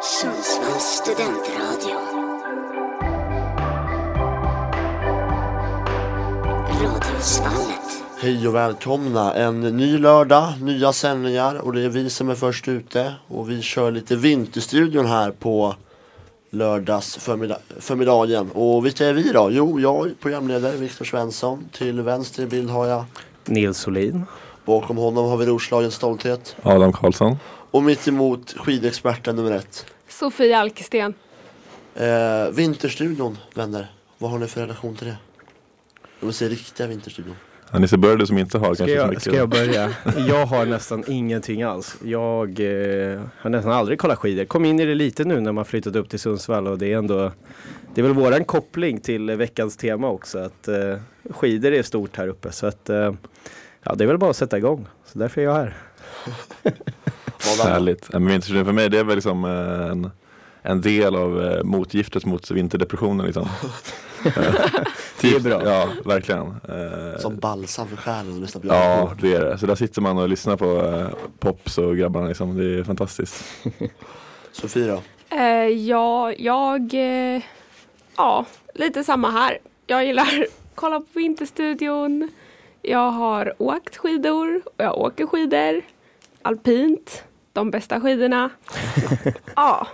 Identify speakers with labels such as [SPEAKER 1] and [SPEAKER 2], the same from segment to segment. [SPEAKER 1] Sundsvalls studentradio. Radiosvallet.
[SPEAKER 2] Hej och välkomna! En ny lördag, nya sändningar och det är vi som är först ute. Och vi kör lite Vinterstudion här på lördags förmiddag, förmiddagen. Och vilka är vi då? Jo, jag är programledare Viktor Svensson. Till vänster i bild har jag,
[SPEAKER 3] Nils Solin.
[SPEAKER 2] bakom honom har vi Roslagens stolthet.
[SPEAKER 4] Adam Karlsson.
[SPEAKER 2] Och mitt emot skidexperten nummer ett.
[SPEAKER 5] Sofia Alkesten.
[SPEAKER 2] Eh, vinterstudion, vänner. Vad har ni för relation till det? Jag vill säga riktiga Vinterstudion.
[SPEAKER 4] Ja, Nisse börjar du som inte har
[SPEAKER 3] Ska
[SPEAKER 4] kanske så
[SPEAKER 3] jag,
[SPEAKER 4] mycket.
[SPEAKER 3] ska jag börja? Jag har nästan ingenting alls. Jag eh, har nästan aldrig kollat skidor. Kom in i det lite nu när man flyttat upp till Sundsvall och det är ändå Det är väl våran koppling till veckans tema också att eh, skidor är stort här uppe så att eh, Ja det är väl bara att sätta igång. Så därför är jag här.
[SPEAKER 2] Adam?
[SPEAKER 4] Härligt. Ja, Men vinterstudion för mig det är väl liksom eh, en, en del av eh, motgiftet mot vinterdepressionen. Liksom. Eh,
[SPEAKER 3] Det är
[SPEAKER 4] typ-
[SPEAKER 3] bra.
[SPEAKER 4] Ja, verkligen. Eh,
[SPEAKER 2] Som balsam för själen att lyssna på Göran
[SPEAKER 4] Ja,
[SPEAKER 2] Hård.
[SPEAKER 4] det är det. Så där sitter man och lyssnar på eh, Pops och grabbarna liksom. Det är fantastiskt.
[SPEAKER 2] Sofie då?
[SPEAKER 5] Eh, ja, jag... Eh, ja, lite samma här. Jag gillar kolla på Vinterstudion. Jag har åkt skidor och jag åker skidor. Alpint. De bästa skidorna. ja,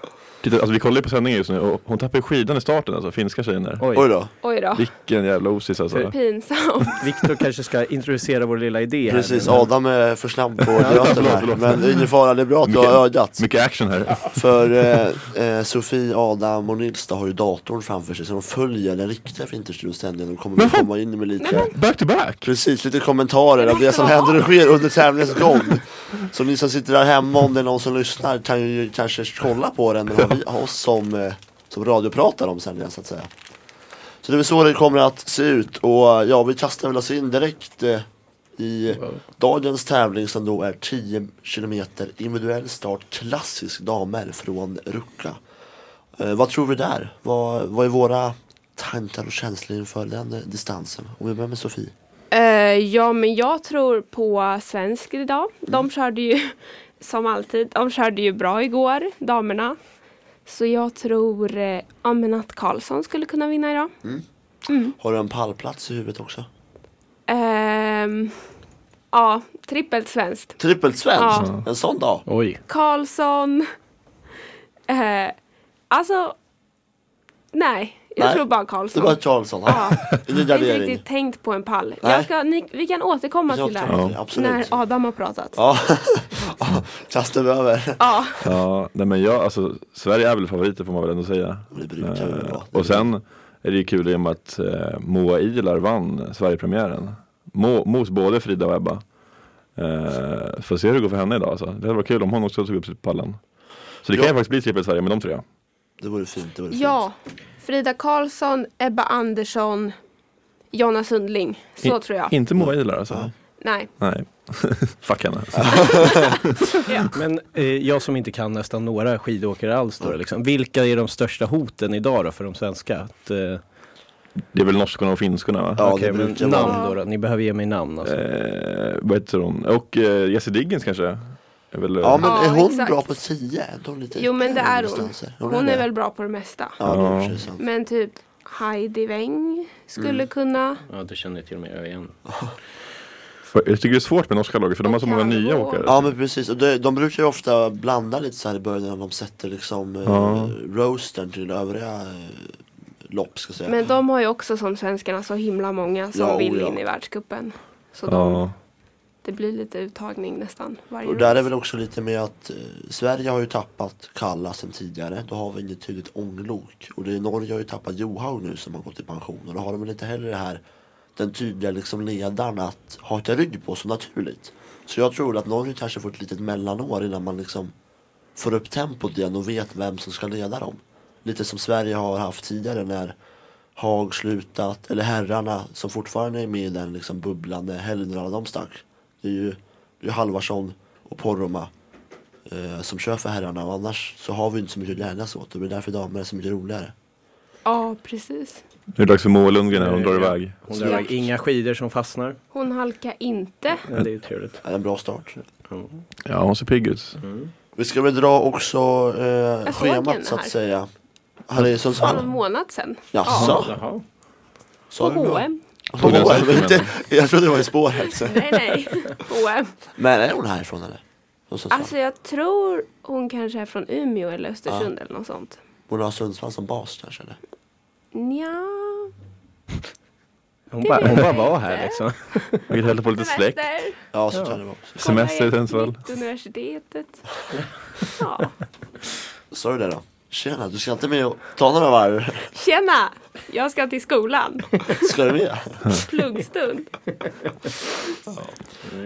[SPEAKER 4] Titta, alltså, vi kollar ju på sändningen just nu och hon tappar ju skidan i starten alltså, finska tjejen där.
[SPEAKER 3] Oj,
[SPEAKER 2] Oj då.
[SPEAKER 5] oj då.
[SPEAKER 4] Vilken jävla osis alltså.
[SPEAKER 3] För-
[SPEAKER 5] Pinsamt.
[SPEAKER 3] Viktor kanske ska introducera vår lilla idé här.
[SPEAKER 2] Precis,
[SPEAKER 3] nu, men-
[SPEAKER 2] Adam är för snabb på gröten
[SPEAKER 4] förlåt,
[SPEAKER 2] här.
[SPEAKER 4] förlåt.
[SPEAKER 2] Men det är ingen fara, det är bra att du har
[SPEAKER 4] Mycket-
[SPEAKER 2] ögat.
[SPEAKER 4] Mycket action här.
[SPEAKER 2] För eh, eh, Sofie, Adam och Nils då har ju datorn framför sig så de följer den riktiga Vinterstudion-sändningen. De kommer
[SPEAKER 4] Men
[SPEAKER 2] att
[SPEAKER 4] fan-
[SPEAKER 2] komma in med lite,
[SPEAKER 4] Back to back!
[SPEAKER 2] precis, lite kommentarer
[SPEAKER 5] Det
[SPEAKER 2] av det
[SPEAKER 5] måste
[SPEAKER 2] som
[SPEAKER 5] vara
[SPEAKER 2] händer och sker under tävlingens gång. Så ni som sitter där hemma, om det är någon som lyssnar, kan ju kanske kolla på den och ha vi- ha oss som, eh, som radiopratar om sändningen så att säga. Så det är väl så det kommer att se ut och eh, ja, vi kastar väl oss in direkt eh, i dagens tävling som då är 10 km individuell start klassisk damer från Rucka. Eh, vad tror vi där? Vad, vad är våra tankar och känslor inför den eh, distansen? Om vi börjar med Sofie.
[SPEAKER 5] Eh, ja, men jag tror på svensk idag. De körde ju, som alltid, de körde ju bra igår, damerna. Så jag tror eh, ja, men att Karlsson skulle kunna vinna idag.
[SPEAKER 2] Har du en pallplats i huvudet också?
[SPEAKER 5] Ehm, ja, trippelt svenskt.
[SPEAKER 2] Trippelt svenskt?
[SPEAKER 5] Ja.
[SPEAKER 2] En sån dag?
[SPEAKER 3] Oj.
[SPEAKER 5] Karlsson. Eh, alltså, nej. Jag
[SPEAKER 2] Nej,
[SPEAKER 5] tror bara
[SPEAKER 2] Det
[SPEAKER 5] Karlsson.
[SPEAKER 2] var Charlesson.
[SPEAKER 5] Ja,
[SPEAKER 2] Ingen
[SPEAKER 5] jag har inte
[SPEAKER 2] gardering.
[SPEAKER 5] riktigt tänkt på en pall.
[SPEAKER 2] Nej.
[SPEAKER 5] Jag ska, ni, vi kan återkomma
[SPEAKER 2] Jag
[SPEAKER 5] till det
[SPEAKER 2] tror
[SPEAKER 5] här.
[SPEAKER 2] inte det,
[SPEAKER 5] När
[SPEAKER 2] Absolut.
[SPEAKER 5] Adam har pratat. Ja.
[SPEAKER 2] Ja, kastar vi över.
[SPEAKER 4] Ja, nej men jag, alltså Sverige är väl favoriter får man väl ändå säga.
[SPEAKER 2] Det brukar vi
[SPEAKER 4] Eh,
[SPEAKER 2] vara.
[SPEAKER 4] och sen är det ju kul i och med att eh, Moa Ilar vann Sverigepremiären. Mo, mot både Frida och Ebba. Eh, får se hur det går för henne idag alltså. Det hade varit kul om hon också tog upp sig på pallen. Så det kan
[SPEAKER 2] Ja.
[SPEAKER 4] ju faktiskt bli trippel Sverige med de tre.
[SPEAKER 2] Det vore fint. Det vore
[SPEAKER 5] ja, Frida Karlsson, Ebba Andersson, Jonna Sundling. Så
[SPEAKER 4] I-
[SPEAKER 5] tror jag.
[SPEAKER 4] Inte Moa Ilar alltså.
[SPEAKER 5] Nej.
[SPEAKER 4] Nej. Fuck henne.
[SPEAKER 3] Men eh, jag som inte kan nästan några skidåkare alls då liksom. Vilka är de största hoten idag då för de svenska? Att, eh,
[SPEAKER 4] Det är väl norskorna och finskorna va?
[SPEAKER 2] Ja,
[SPEAKER 3] Okej,
[SPEAKER 2] det
[SPEAKER 3] men
[SPEAKER 2] brukar
[SPEAKER 3] namn
[SPEAKER 5] vara-
[SPEAKER 3] då, då? Ni behöver ge mig namn alltså.
[SPEAKER 4] Eh, vad heter hon? Och eh, Jesse Diggins kanske? Är väl, eh,
[SPEAKER 2] Ja men
[SPEAKER 5] Ja,
[SPEAKER 2] är hon
[SPEAKER 5] exakt.
[SPEAKER 2] bra på 10? Är hon lite
[SPEAKER 5] Jo men det
[SPEAKER 2] ytterligare
[SPEAKER 5] är hon.
[SPEAKER 2] distanser?
[SPEAKER 5] Typ Hon är väl bra på det mesta.
[SPEAKER 2] Ja, det är i och för sig
[SPEAKER 4] Ja.
[SPEAKER 2] sant.
[SPEAKER 5] Men typ Heidi Weng skulle kunna.
[SPEAKER 3] Ja, det känner till och med jag igen.
[SPEAKER 4] Jag tycker det är svårt med norska laget för de har så
[SPEAKER 5] Och
[SPEAKER 4] många nya
[SPEAKER 5] Calvo.
[SPEAKER 4] åkare.
[SPEAKER 2] Ja men precis, och de, de brukar ju ofta blanda lite så här i början när de sätter liksom eh,
[SPEAKER 4] Ja.
[SPEAKER 2] roastern till övriga eh, lopp ska jag säga.
[SPEAKER 5] Men de har ju också som svenskarna så himla många som
[SPEAKER 2] Ja, o,
[SPEAKER 5] vill
[SPEAKER 2] ja.
[SPEAKER 5] in i världscupen. Så de,
[SPEAKER 4] Ja.
[SPEAKER 5] det blir lite uttagning nästan varje
[SPEAKER 2] Och
[SPEAKER 5] år.
[SPEAKER 2] där är väl också lite med att eh, Sverige har ju tappat Kalla sen tidigare. Då har vi inget tydligt ånglok. Och det är Norge har ju tappat Johaug nu som har gått i pension. Och då har de väl inte heller det här den tydliga liksom ledaren att haka rygg på så naturligt. Så jag tror att Norge kanske får ett litet mellanår innan man liksom får upp tempot igen och vet vem som ska leda dem. Lite som Sverige har haft tidigare när Haag slutat, eller herrarna som fortfarande är med i den liksom bubblan när Hellner alla de stack. Det är ju det är ju Halvarsson och Porroma eh, som kör för herrarna och annars så har vi inte så mycket att glädjas åt. Det är därför damer är så mycket roligare.
[SPEAKER 5] Ja, precis.
[SPEAKER 4] Nu är det dags för Moa Lundgren här, hon drar iväg.
[SPEAKER 3] Eh, Hon drar iväg. Inga skidor som fastnar.
[SPEAKER 5] Hon halkar inte.
[SPEAKER 3] Ja, det är ju trevligt.
[SPEAKER 2] Är det en bra start?
[SPEAKER 3] Ja.
[SPEAKER 4] Ja, hon ser pigg ut.
[SPEAKER 2] Vi ska väl dra också eh,
[SPEAKER 5] Jag såg
[SPEAKER 2] schemat
[SPEAKER 5] den
[SPEAKER 2] så att
[SPEAKER 5] här.
[SPEAKER 2] säga. Här är
[SPEAKER 5] För någon
[SPEAKER 2] Sundsvall.
[SPEAKER 5] månad sedan.
[SPEAKER 2] Jaså?
[SPEAKER 3] Jaha.
[SPEAKER 5] På
[SPEAKER 2] Sa du det?
[SPEAKER 5] H&M.
[SPEAKER 2] På
[SPEAKER 4] Tog den
[SPEAKER 2] H&M,
[SPEAKER 4] selfie
[SPEAKER 2] inte-
[SPEAKER 4] med
[SPEAKER 2] Jag trodde det var i spåret.
[SPEAKER 5] Nej, nej. H&M.
[SPEAKER 2] Men är hon härifrån eller? Från Sundsvall?
[SPEAKER 5] Alltså jag tror hon kanske är från Umeå eller Östersund eller något sånt.
[SPEAKER 2] Borde ha Sundsvall som bas kanske eller?
[SPEAKER 5] Nja,
[SPEAKER 3] Hon, bara, hon bara var här liksom.
[SPEAKER 4] Vi kan hälsa på lite släkt.
[SPEAKER 5] semester.
[SPEAKER 2] Ja, så tror jag det var.
[SPEAKER 4] Semester i
[SPEAKER 5] kolla
[SPEAKER 4] Sundsvall.
[SPEAKER 5] nytt Universitetet. Ja.
[SPEAKER 2] Sa du det då? Tjena, du ska inte med och ta några varv?
[SPEAKER 5] Tjena! Jag ska till skolan.
[SPEAKER 2] Ska du med?
[SPEAKER 5] Pluggstund.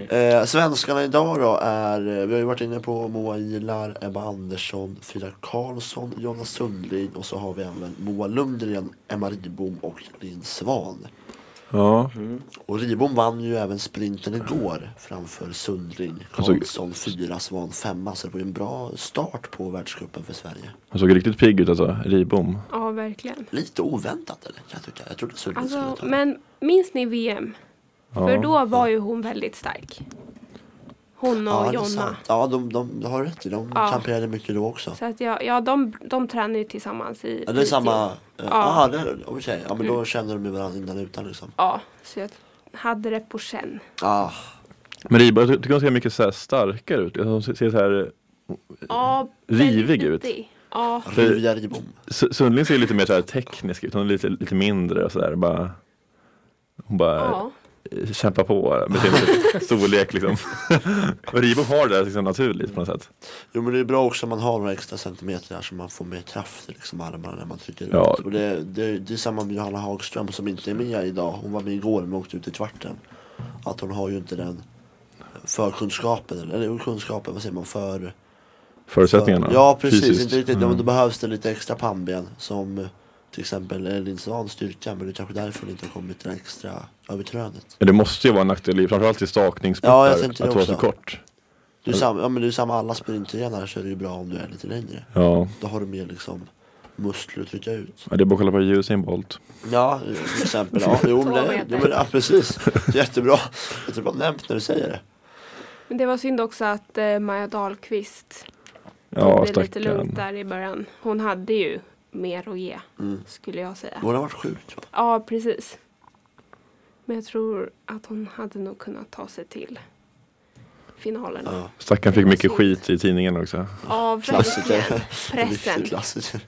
[SPEAKER 2] Eh, svenskarna idag då är, eh, vi har ju varit inne på Moa Ilar, Ebba Andersson, Frida Karlsson, Jonas Sundlin och så har vi även Moa Lundgren, Emma Ribom och Linn Svan.
[SPEAKER 4] Ja,
[SPEAKER 2] Och Ribom vann ju även sprinten igår framför Sundling,
[SPEAKER 4] Alltså-
[SPEAKER 2] Karlsson fyra, Svan femma. Så det var ju en bra start på världscupen för Sverige.
[SPEAKER 4] han såg riktigt pigg ut alltså. Ribom.
[SPEAKER 5] Ja, verkligen.
[SPEAKER 2] Lite oväntat eller? Jag, tyckte, jag trodde Sundling skulle
[SPEAKER 5] Alltså,
[SPEAKER 2] ta det.
[SPEAKER 5] men minns ni VM? För
[SPEAKER 4] Ja.
[SPEAKER 5] då var ju hon väldigt stark. Hon och
[SPEAKER 2] Ja, det är
[SPEAKER 5] Jonna.
[SPEAKER 2] sant. Ja, de, de, de har rätt i. De
[SPEAKER 5] Ja.
[SPEAKER 2] kamperade mycket då också.
[SPEAKER 5] Så att jag, ja, de, de tränar ju tillsammans i
[SPEAKER 2] Ja, det är
[SPEAKER 5] Piteå.
[SPEAKER 2] samma... eh, Ja, det är okej. Ja, men
[SPEAKER 5] Mm.
[SPEAKER 2] då känner de ju varandra innan och utan liksom.
[SPEAKER 5] Ja, så jag hade det på känn.
[SPEAKER 2] Ah,
[SPEAKER 4] Men Riba, jag ty- tycker hon ser mycket så här starkare ut. Hon ser så här,
[SPEAKER 5] Ja,
[SPEAKER 4] Rivig
[SPEAKER 5] väldigt
[SPEAKER 4] ut.
[SPEAKER 5] nyttig. Ja,
[SPEAKER 2] Rivia Ribom.
[SPEAKER 4] S- Sundling ser ju lite mer så här teknisk ut. Hon är lite, lite mindre och sådär. Bara, hon bara
[SPEAKER 5] ja.
[SPEAKER 4] kämpar på med sin storlek liksom. och Ribom har det där liksom naturligt på något sätt.
[SPEAKER 2] Jo, men det är bra också om man har några extra centimeter där så man får mer kraft i liksom, armarna när man trycker
[SPEAKER 4] Ja.
[SPEAKER 2] ut. Och det, det, det är samma med Johanna Hagström som inte är med idag. Hon var med igår men åkte ut i kvarten. Att hon har ju inte den förkunskapen, eller- eller kunskapen, vad säger man, för...
[SPEAKER 4] Förutsättningarna.
[SPEAKER 2] Ja precis,
[SPEAKER 4] fysiskt. Mm.
[SPEAKER 2] inte riktigt. Men då behövs det lite extra pannben som eh, till exempel eh, Linn Svahns styrka. Men det är kanske därför det inte har kommit den extra över krönet.
[SPEAKER 4] Men Det måste ju vara en nackdel, framförallt
[SPEAKER 2] Ja,
[SPEAKER 4] i
[SPEAKER 2] jag
[SPEAKER 4] stakningssporter,
[SPEAKER 2] tänkte det
[SPEAKER 4] att vara
[SPEAKER 2] också.
[SPEAKER 4] så kort.
[SPEAKER 2] Du är samma, ja, men du är samma alla sprintgrenare så är det ju bra om du är lite längre.
[SPEAKER 4] Ja,
[SPEAKER 2] Då har du mer liksom muskler att trycka ut.
[SPEAKER 4] Ja, det är bara att kolla på Usain Bolt.
[SPEAKER 2] Ja, till exempel. Ja, jo, men
[SPEAKER 5] Två
[SPEAKER 2] det,
[SPEAKER 5] meter.
[SPEAKER 2] jo, men, ja, precis. Jättebra. Jättebra nämnt när du säger det.
[SPEAKER 5] Men det var synd också att eh, Maja Dahlqvist
[SPEAKER 4] Ja,
[SPEAKER 5] tog det lite lugnt
[SPEAKER 4] stackarn.
[SPEAKER 5] där i början. Hon hade ju mer att ge,
[SPEAKER 2] Mm.
[SPEAKER 5] skulle jag säga.
[SPEAKER 2] Hon har varit sjuk. va?
[SPEAKER 5] Ja, precis. Men jag tror att hon hade nog kunnat ta sig till finalen. Ja,
[SPEAKER 4] Stackarn fick mycket skit i tidningen också.
[SPEAKER 5] verkligen.
[SPEAKER 2] Klassiker.
[SPEAKER 5] Pressen.
[SPEAKER 2] Riktig klassiker.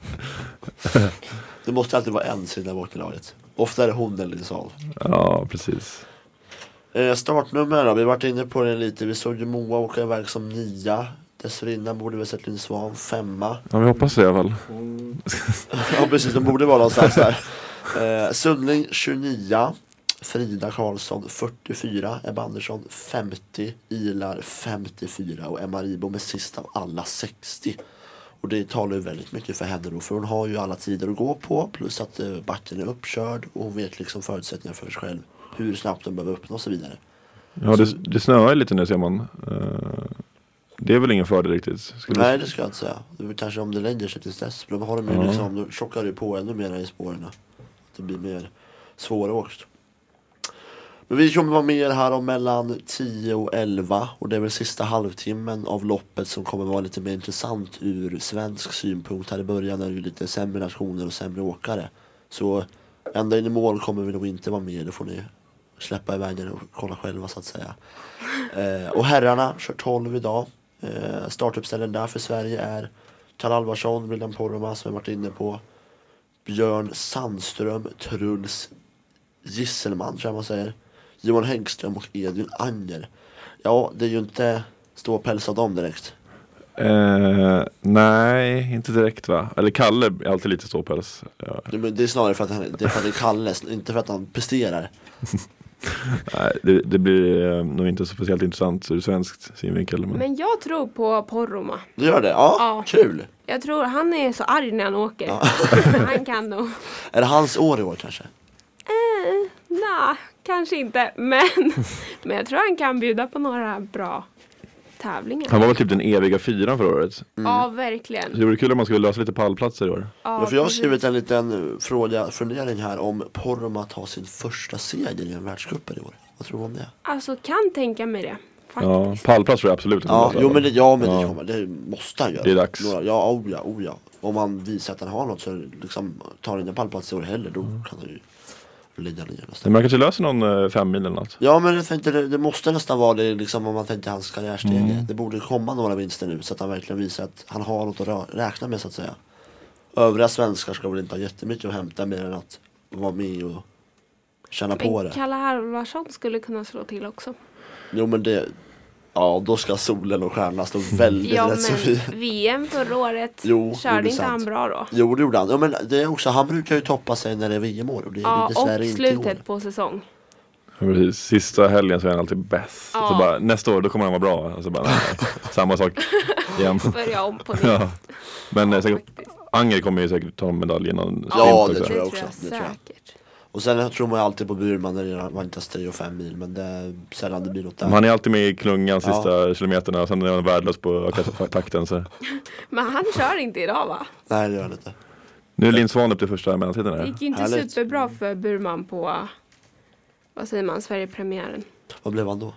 [SPEAKER 2] Det måste alltid vara en sida bort i laget. Ofta är det hon eller Linn Svan.
[SPEAKER 4] Ja, precis.
[SPEAKER 2] Eh, startnummer då, vi har varit inne på det lite. Vi såg ju Moa åka iväg som nia. Dessförinnan borde vi sett Linn Svan femma.
[SPEAKER 4] Ja, vi hoppas det i alla fall.
[SPEAKER 2] Ja precis, de borde vara någonstans där. Eh, Sundling 29. Frida Karlsson 44. Ebba Andersson 50. Ilar 54. Och Emma Ribom är sist av alla 60. Och det talar ju väldigt mycket för henne då. För hon har ju alla tider att gå på. Plus att eh, backen är uppkörd. Och hon vet liksom förutsättningarna för sig själv. Hur snabbt hon behöver uppnå och så vidare.
[SPEAKER 4] Ja, det, det snöar ju lite nu ser man. Eh, Det är väl ingen fördel riktigt. Skulle
[SPEAKER 2] Nej det ska jag inte säga. Det är kanske om det lägger sig till dess. Men då har de ju
[SPEAKER 4] Ja.
[SPEAKER 2] liksom, då tjockar det ju på ännu mer i spåren. Det blir mer svåråkt. Men vi kommer vara med er här om mellan 10 och 11 och det är väl sista halvtimmen av loppet som kommer vara lite mer intressant ur svensk synpunkt. Här i början är det ju lite sämre nationer och sämre åkare. Så ända in i mål kommer vi nog inte vara med, det får ni släppa iväg er och kolla själva så att säga. Eh, och herrarna kör 12 idag. Eh, startuppställen där för Sverige är Karl Alvarsson, William Poromaa som vi varit inne på. Björn Sandström, Truls Gisselman tror jag man säger. Johan Häggström och Edvin Anger. Ja, det är ju inte stå och pälsa dem direkt.
[SPEAKER 4] Eh, nej, inte direkt va? Eller Kalle är alltid lite ståpäls. Ja,
[SPEAKER 2] Det men det är snarare för att han det är, för att det är Kalle, inte för att han presterar.
[SPEAKER 4] nej, det, det blir eh, nog inte så speciellt intressant ur svensk synvinkel. Men...
[SPEAKER 5] Men jag tror på Porroma.
[SPEAKER 2] Du gör det? Ja,
[SPEAKER 5] Ja.
[SPEAKER 2] kul!
[SPEAKER 5] Jag tror han är så arg när han åker. han kan nog.
[SPEAKER 2] Är det hans år i år kanske?
[SPEAKER 5] Eh, Nej, kanske inte. Men, men jag tror han kan bjuda på några bra tävlingar.
[SPEAKER 4] Han var väl typ den eviga fyran förra året. Så
[SPEAKER 5] Ja, verkligen.
[SPEAKER 4] det vore kul om man skulle lösa lite pallplatser i år.
[SPEAKER 2] Ja, för jag har
[SPEAKER 5] precis.
[SPEAKER 2] skrivit en liten eh, fråga, fundering här om Poromaa tar sin första seger i en världscup i år. Vad tror du om det?
[SPEAKER 5] Alltså, kan tänka mig det.
[SPEAKER 4] Ja,
[SPEAKER 5] faktiskt.
[SPEAKER 4] pallplats tror jag absolut inte
[SPEAKER 2] Ja,
[SPEAKER 4] passar.
[SPEAKER 2] jo men det, ja, men det,
[SPEAKER 4] Ja.
[SPEAKER 2] kommer, det måste han göra.
[SPEAKER 4] Det är dags.
[SPEAKER 2] Några, ja, oh ja, oh ja. Om han visar att han har något så är det liksom, tar han inte en pallplats i år heller då
[SPEAKER 4] Mm.
[SPEAKER 2] kan han ju lida ner nästan.
[SPEAKER 4] Men man kanske löser någon eh, femmil eller något.
[SPEAKER 2] Ja men jag tänkte, det, det måste nästan vara det liksom, om man tänker hans karriärsteg. Det borde komma några vinster nu så att han verkligen visar att han har något att rö- räkna med så att säga. Övriga svenskar ska väl inte ha jättemycket att hämta mer än att vara med och känna på
[SPEAKER 5] Men
[SPEAKER 2] det.
[SPEAKER 5] Kalle Halvarsson skulle kunna slå till också.
[SPEAKER 2] Jo men det, ja då ska solen och stjärnorna stå väldigt
[SPEAKER 5] Ja
[SPEAKER 2] rätt Sofie.
[SPEAKER 5] men VM förra året
[SPEAKER 2] Jo, det är
[SPEAKER 5] körde inte
[SPEAKER 2] sant.
[SPEAKER 5] han bra då?
[SPEAKER 2] Jo det gjorde han. Ja, men det är också, han brukar ju toppa sig när det är VM-år och det är
[SPEAKER 5] Ja
[SPEAKER 2] det dessvärre
[SPEAKER 5] och
[SPEAKER 2] inte i år.
[SPEAKER 5] slutet på säsong.
[SPEAKER 4] Ja, precis. Sista helgen så är han alltid bäst.
[SPEAKER 5] Ja.
[SPEAKER 4] Så bara, nästa år då kommer han vara bra. Och så bara, nej, samma sak igen.
[SPEAKER 5] Börja om på nytt.
[SPEAKER 4] ja. Men eh, säkert,
[SPEAKER 5] faktiskt.
[SPEAKER 4] Anger kommer ju säkert ta medalj i någon sprint
[SPEAKER 2] Ja, det
[SPEAKER 4] också.
[SPEAKER 2] tror jag också. Det tror jag.
[SPEAKER 5] säkert.
[SPEAKER 2] Och sen tror man ju alltid på Burman när det vankas 3 och 5 mil men det är sällan det blir något där.
[SPEAKER 4] Men Han är alltid med i klungan sista kilometerna och sen är han värdelös på att öka takten. Så.
[SPEAKER 5] Men han kör inte idag va?
[SPEAKER 2] Nej det gör han inte.
[SPEAKER 4] Nu är Linn Svan upp till första mellantiden
[SPEAKER 5] Det
[SPEAKER 2] Mm.
[SPEAKER 4] här.
[SPEAKER 5] gick ju inte
[SPEAKER 2] Härligt.
[SPEAKER 5] superbra för Burman på, vad säger man, Sverigepremiären.
[SPEAKER 2] Vad blev han då?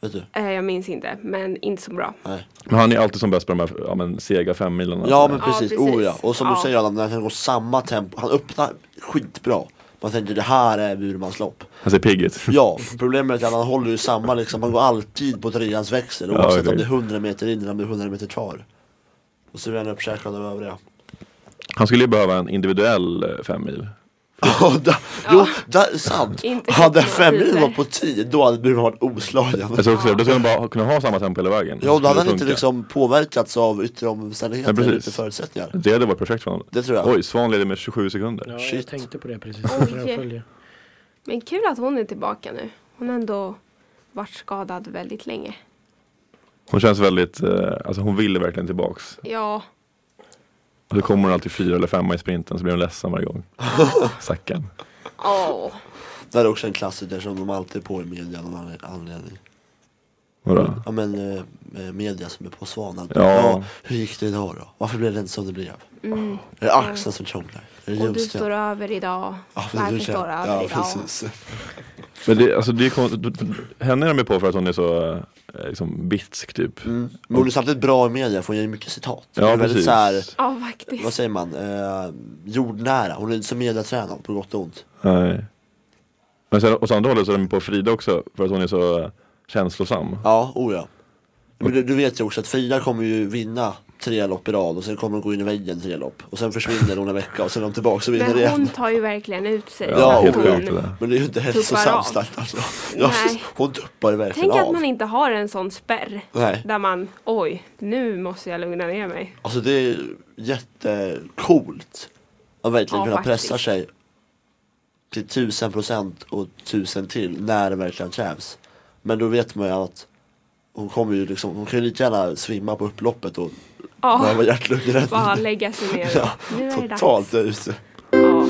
[SPEAKER 2] Vet du?
[SPEAKER 5] Eh, jag minns inte, men inte så bra.
[SPEAKER 2] Nej.
[SPEAKER 4] Men han är alltid som bäst på de här ja, men, sega femmilarna.
[SPEAKER 2] Ja men
[SPEAKER 5] Ja,
[SPEAKER 2] precis,
[SPEAKER 5] precis.
[SPEAKER 2] Oh, ja. Och som du
[SPEAKER 5] Ja.
[SPEAKER 2] säger Adam, när han går samma tempo, han öppnar skitbra. Man tänker det här är Burmans lopp.
[SPEAKER 4] Han ser pigg ut.
[SPEAKER 2] Ja, problemet är att han håller ju samma liksom, han går alltid på treans växel
[SPEAKER 4] Ja,
[SPEAKER 2] oavsett
[SPEAKER 4] det-
[SPEAKER 2] om det är 100 meter in eller om det är 100 meter kvar. Och så blir han uppkäkad av övriga.
[SPEAKER 4] Han skulle ju behöva en individuell eh, femmil.
[SPEAKER 2] Ja, da, jo, där, sant.
[SPEAKER 5] Inte
[SPEAKER 2] Hade
[SPEAKER 5] riktigt några
[SPEAKER 2] femmilen
[SPEAKER 5] tider.
[SPEAKER 2] varit på 10 då hade Burman varit oslagen.
[SPEAKER 4] Jag tror också det. Då skulle han bara ha- kunna ha samma tempo hela vägen.
[SPEAKER 2] Ja, då hade
[SPEAKER 4] Skulle
[SPEAKER 2] han inte
[SPEAKER 4] funka.
[SPEAKER 2] liksom påverkats av yttre
[SPEAKER 4] Nej,
[SPEAKER 2] omständigheter
[SPEAKER 4] precis.
[SPEAKER 2] eller yttre förutsättningar.
[SPEAKER 4] Det hade varit projekt för honom.
[SPEAKER 2] Det tror jag.
[SPEAKER 4] Oj, Svan leder med 27 sekunder.
[SPEAKER 6] Ja,
[SPEAKER 2] Shit.
[SPEAKER 6] jag tänkte på det precis.
[SPEAKER 5] Oj.
[SPEAKER 6] när jag följer.
[SPEAKER 5] Men kul att hon är tillbaka nu. Hon har ändå varit skadad väldigt länge.
[SPEAKER 4] Hon känns väldigt, eh, alltså hon vill verkligen tillbaks.
[SPEAKER 5] Ja,
[SPEAKER 4] Och så kommer hon alltid fyra eller femma i sprinten så blir hon ledsen varje gång. Stackarn.
[SPEAKER 5] åh.
[SPEAKER 2] Det här är också en klassiker som de alltid är på i media av någon anle- anledning.
[SPEAKER 4] Vadå?
[SPEAKER 2] Ja men eh, eh, media som är på Svanen.
[SPEAKER 4] Ja.
[SPEAKER 2] Ja. Hur gick det idag då? Varför blev det inte som det blev? Är det axeln som krånglar? Är det
[SPEAKER 5] Mm. Och du står
[SPEAKER 2] ljumsken?
[SPEAKER 5] över idag.
[SPEAKER 2] Ja, men
[SPEAKER 5] Varför
[SPEAKER 2] du
[SPEAKER 5] står
[SPEAKER 2] känner-
[SPEAKER 5] du över
[SPEAKER 2] ja,
[SPEAKER 5] idag?
[SPEAKER 2] precis.
[SPEAKER 4] Mm. Men det, alltså det är konstigt. Henne är de ju på för att hon är så eh, liksom bitsk typ.
[SPEAKER 2] Mm. Men hon är samtidigt bra i media för hon ger ju mycket citat.
[SPEAKER 4] Ja,
[SPEAKER 2] Hon är
[SPEAKER 4] precis.
[SPEAKER 2] väldigt så här,
[SPEAKER 5] Ja,
[SPEAKER 2] vad
[SPEAKER 5] faktiskt.
[SPEAKER 2] säger man, eh, jordnära. Hon är inte så mediatränad på gott och ont.
[SPEAKER 4] Nej. Men sen, och så andra hållet så är de på Frida också för att hon är så eh, känslosam.
[SPEAKER 2] Ja, oh ja. Men du, du vet ju också att Frida kommer ju vinna tre lopp i rad och sen kommer hon gå in i väggen tre lopp. Och sen försvinner hon en vecka och sen är hon tillbaka och vinner
[SPEAKER 5] Men
[SPEAKER 2] igen.
[SPEAKER 5] hon tar ju verkligen ut sig.
[SPEAKER 4] Ja,
[SPEAKER 5] så att
[SPEAKER 4] helt
[SPEAKER 5] hon-
[SPEAKER 4] sjukt det där.
[SPEAKER 2] Men det är ju inte
[SPEAKER 5] Tuppar av.
[SPEAKER 2] hälsosamt stackars. Ja,
[SPEAKER 5] Nej.
[SPEAKER 2] alltså. hon tuppar ju verkligen
[SPEAKER 5] Tänk att
[SPEAKER 2] av.
[SPEAKER 5] man inte har en sån spärr.
[SPEAKER 2] Nej.
[SPEAKER 5] Där man, oj, nu måste jag lugna ner mig.
[SPEAKER 2] Alltså det är jättecoolt. Att verkligen
[SPEAKER 5] Ja,
[SPEAKER 2] kunna
[SPEAKER 5] faktiskt.
[SPEAKER 2] pressa sig till tusen procent och tusen till när det verkligen krävs. Men då vet man ju att hon kommer ju liksom, hon kan ju lika gärna svimma på upploppet och
[SPEAKER 5] Ja,
[SPEAKER 2] behöva hjärtlungräddning.
[SPEAKER 5] bara lägga sig ner.
[SPEAKER 2] Ja,
[SPEAKER 5] nu är det dags.
[SPEAKER 2] Totalt ute.
[SPEAKER 5] Ja.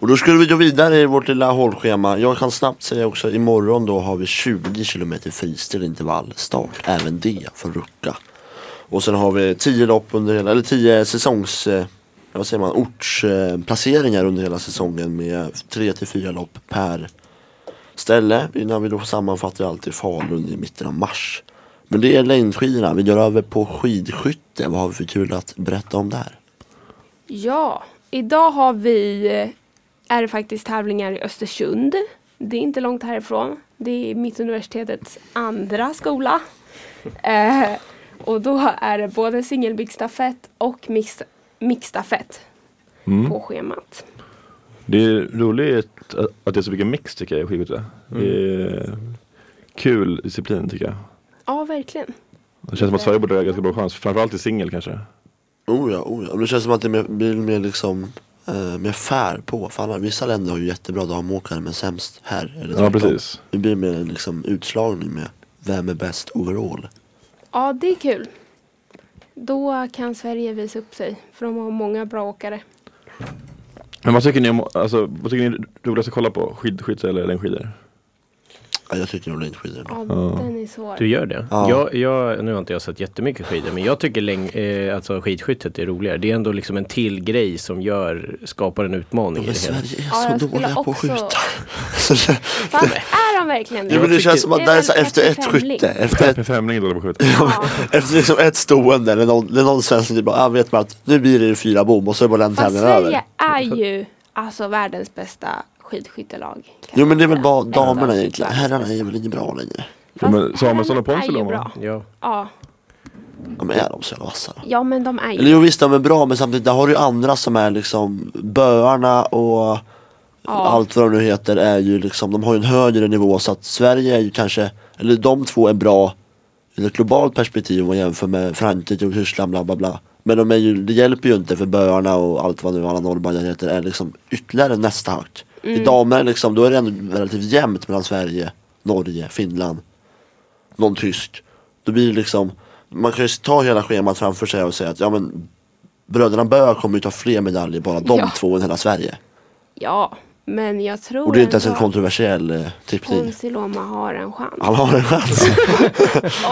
[SPEAKER 2] Och då skulle vi gå vidare i vårt lilla hållschema. Jag kan snabbt säga också imorgon då har vi 20 km freestyle intervallstart. Även det från Rucka. Och sen har vi 10 lopp under hela, eller 10 säsongs, eh, vad säger man, ortsplaceringar under hela säsongen med 3 till 4 lopp per ställe. Innan vi då sammanfattar allt i Falun i mitten av mars. Men det är längdskidorna. Vi går över på skidskytte. Vad har vi för kul att berätta om där?
[SPEAKER 5] Ja, idag har vi, eh, är det faktiskt tävlingar i Östersund. Det är inte långt härifrån. Det är Mittuniversitetets andra skola. eh, och då är det både singelbiktstafett och mix, mixstafett på schemat.
[SPEAKER 4] Det är roligt att- att det är så mycket mix tycker jag i skidskytte. Det
[SPEAKER 2] Mm.
[SPEAKER 4] är kul disciplin tycker jag.
[SPEAKER 5] Ja, verkligen.
[SPEAKER 4] Det känns som att Sverige borde ha ganska bra chans, framförallt i singel kanske.
[SPEAKER 2] Oh ja, oh ja. Men det känns som att det är mer- blir mer liksom eh, mer fair på. För alla, vissa länder har ju jättebra damåkare men sämst här. Eller
[SPEAKER 4] Ja
[SPEAKER 2] tvärtom.
[SPEAKER 4] precis.
[SPEAKER 2] Det blir mer en liksom utslagning med vem är bäst overall.
[SPEAKER 5] Ja, det är kul. Då kan Sverige visa upp sig, för de har många bra åkare.
[SPEAKER 4] Men vad tycker ni om, alltså, vad tycker ni är roligast att kolla på? Skidskytte eller längdskidor?
[SPEAKER 2] Ja, jag tycker om längdskidor ändå.
[SPEAKER 5] Ja,
[SPEAKER 4] Ja.
[SPEAKER 5] den är svår.
[SPEAKER 3] Du gör det?
[SPEAKER 2] Ja.
[SPEAKER 3] Jag, jag, nu har inte jag sett jättemycket skidor, men jag tycker läng, eh, alltså skidskyttet är roligare. Det är ändå liksom en till grej som gör, skapar en utmaning. i
[SPEAKER 2] Men
[SPEAKER 3] det hela.
[SPEAKER 2] Sverige är
[SPEAKER 5] Ja, jag
[SPEAKER 2] så
[SPEAKER 5] skulle
[SPEAKER 2] dåliga på att
[SPEAKER 5] också-
[SPEAKER 2] skjuta. Så det,
[SPEAKER 5] Fast är de verkligen det?
[SPEAKER 2] jo, men det känns som att
[SPEAKER 5] Det är
[SPEAKER 2] där, så
[SPEAKER 5] väl
[SPEAKER 2] efter ett
[SPEAKER 5] 35
[SPEAKER 2] skytte,
[SPEAKER 5] link.
[SPEAKER 2] efter ett,
[SPEAKER 4] Med Femling är dålig på att skjuta.
[SPEAKER 2] efter liksom ett stående eller någon, eller någon svensk som typ bara, ah, vet man att nu blir det fyra bom och så är bara den
[SPEAKER 5] Fast
[SPEAKER 2] tävlingen
[SPEAKER 5] Sverige
[SPEAKER 2] över.
[SPEAKER 5] är ju alltså världens bästa skidskyttelag. kan
[SPEAKER 2] Jo
[SPEAKER 5] man
[SPEAKER 2] men det är väl
[SPEAKER 5] säga.
[SPEAKER 2] bara
[SPEAKER 5] Eller av
[SPEAKER 2] damerna egentligen,
[SPEAKER 5] världens
[SPEAKER 2] herrarna
[SPEAKER 5] bästa.
[SPEAKER 2] är väl inte bra längre.
[SPEAKER 4] Ja, men
[SPEAKER 5] Fast
[SPEAKER 4] Samuelsson och
[SPEAKER 5] herrarna är
[SPEAKER 4] Ponsiluoma,
[SPEAKER 5] ju
[SPEAKER 4] va?
[SPEAKER 5] bra.
[SPEAKER 3] Ja.
[SPEAKER 5] Ja.
[SPEAKER 2] Ja, men är de så jävla vassa då?
[SPEAKER 5] ja, men de är ju
[SPEAKER 2] Eller jo visst, de är bra men samtidigt där har du ju andra som är liksom böarna och allt vad de nu heter är ju liksom, de har ju en högre nivå så att Sverige är ju kanske, eller de två är bra ur ett globalt perspektiv om man jämför med Frankrike och Tyskland bla bla bla. Men de är ju, det hjälper ju inte för böarna och allt vad nu alla norrbajar heter är liksom ytterligare nästa högt. I damer liksom, då är det ändå relativt jämnt mellan Sverige, Norge, Finland, någon tysk. Då blir det liksom, man kan ju ta hela schemat framför sig och säga att ja men bröderna Böö kommer ju ta fler medaljer bara de
[SPEAKER 5] Ja.
[SPEAKER 2] två än hela Sverige.
[SPEAKER 5] Ja, men jag tror
[SPEAKER 2] Och det är inte ens en
[SPEAKER 5] ändå
[SPEAKER 2] kontroversiell eh, tippning.
[SPEAKER 5] Ponsiluoma har en chans.
[SPEAKER 2] Han har en chans.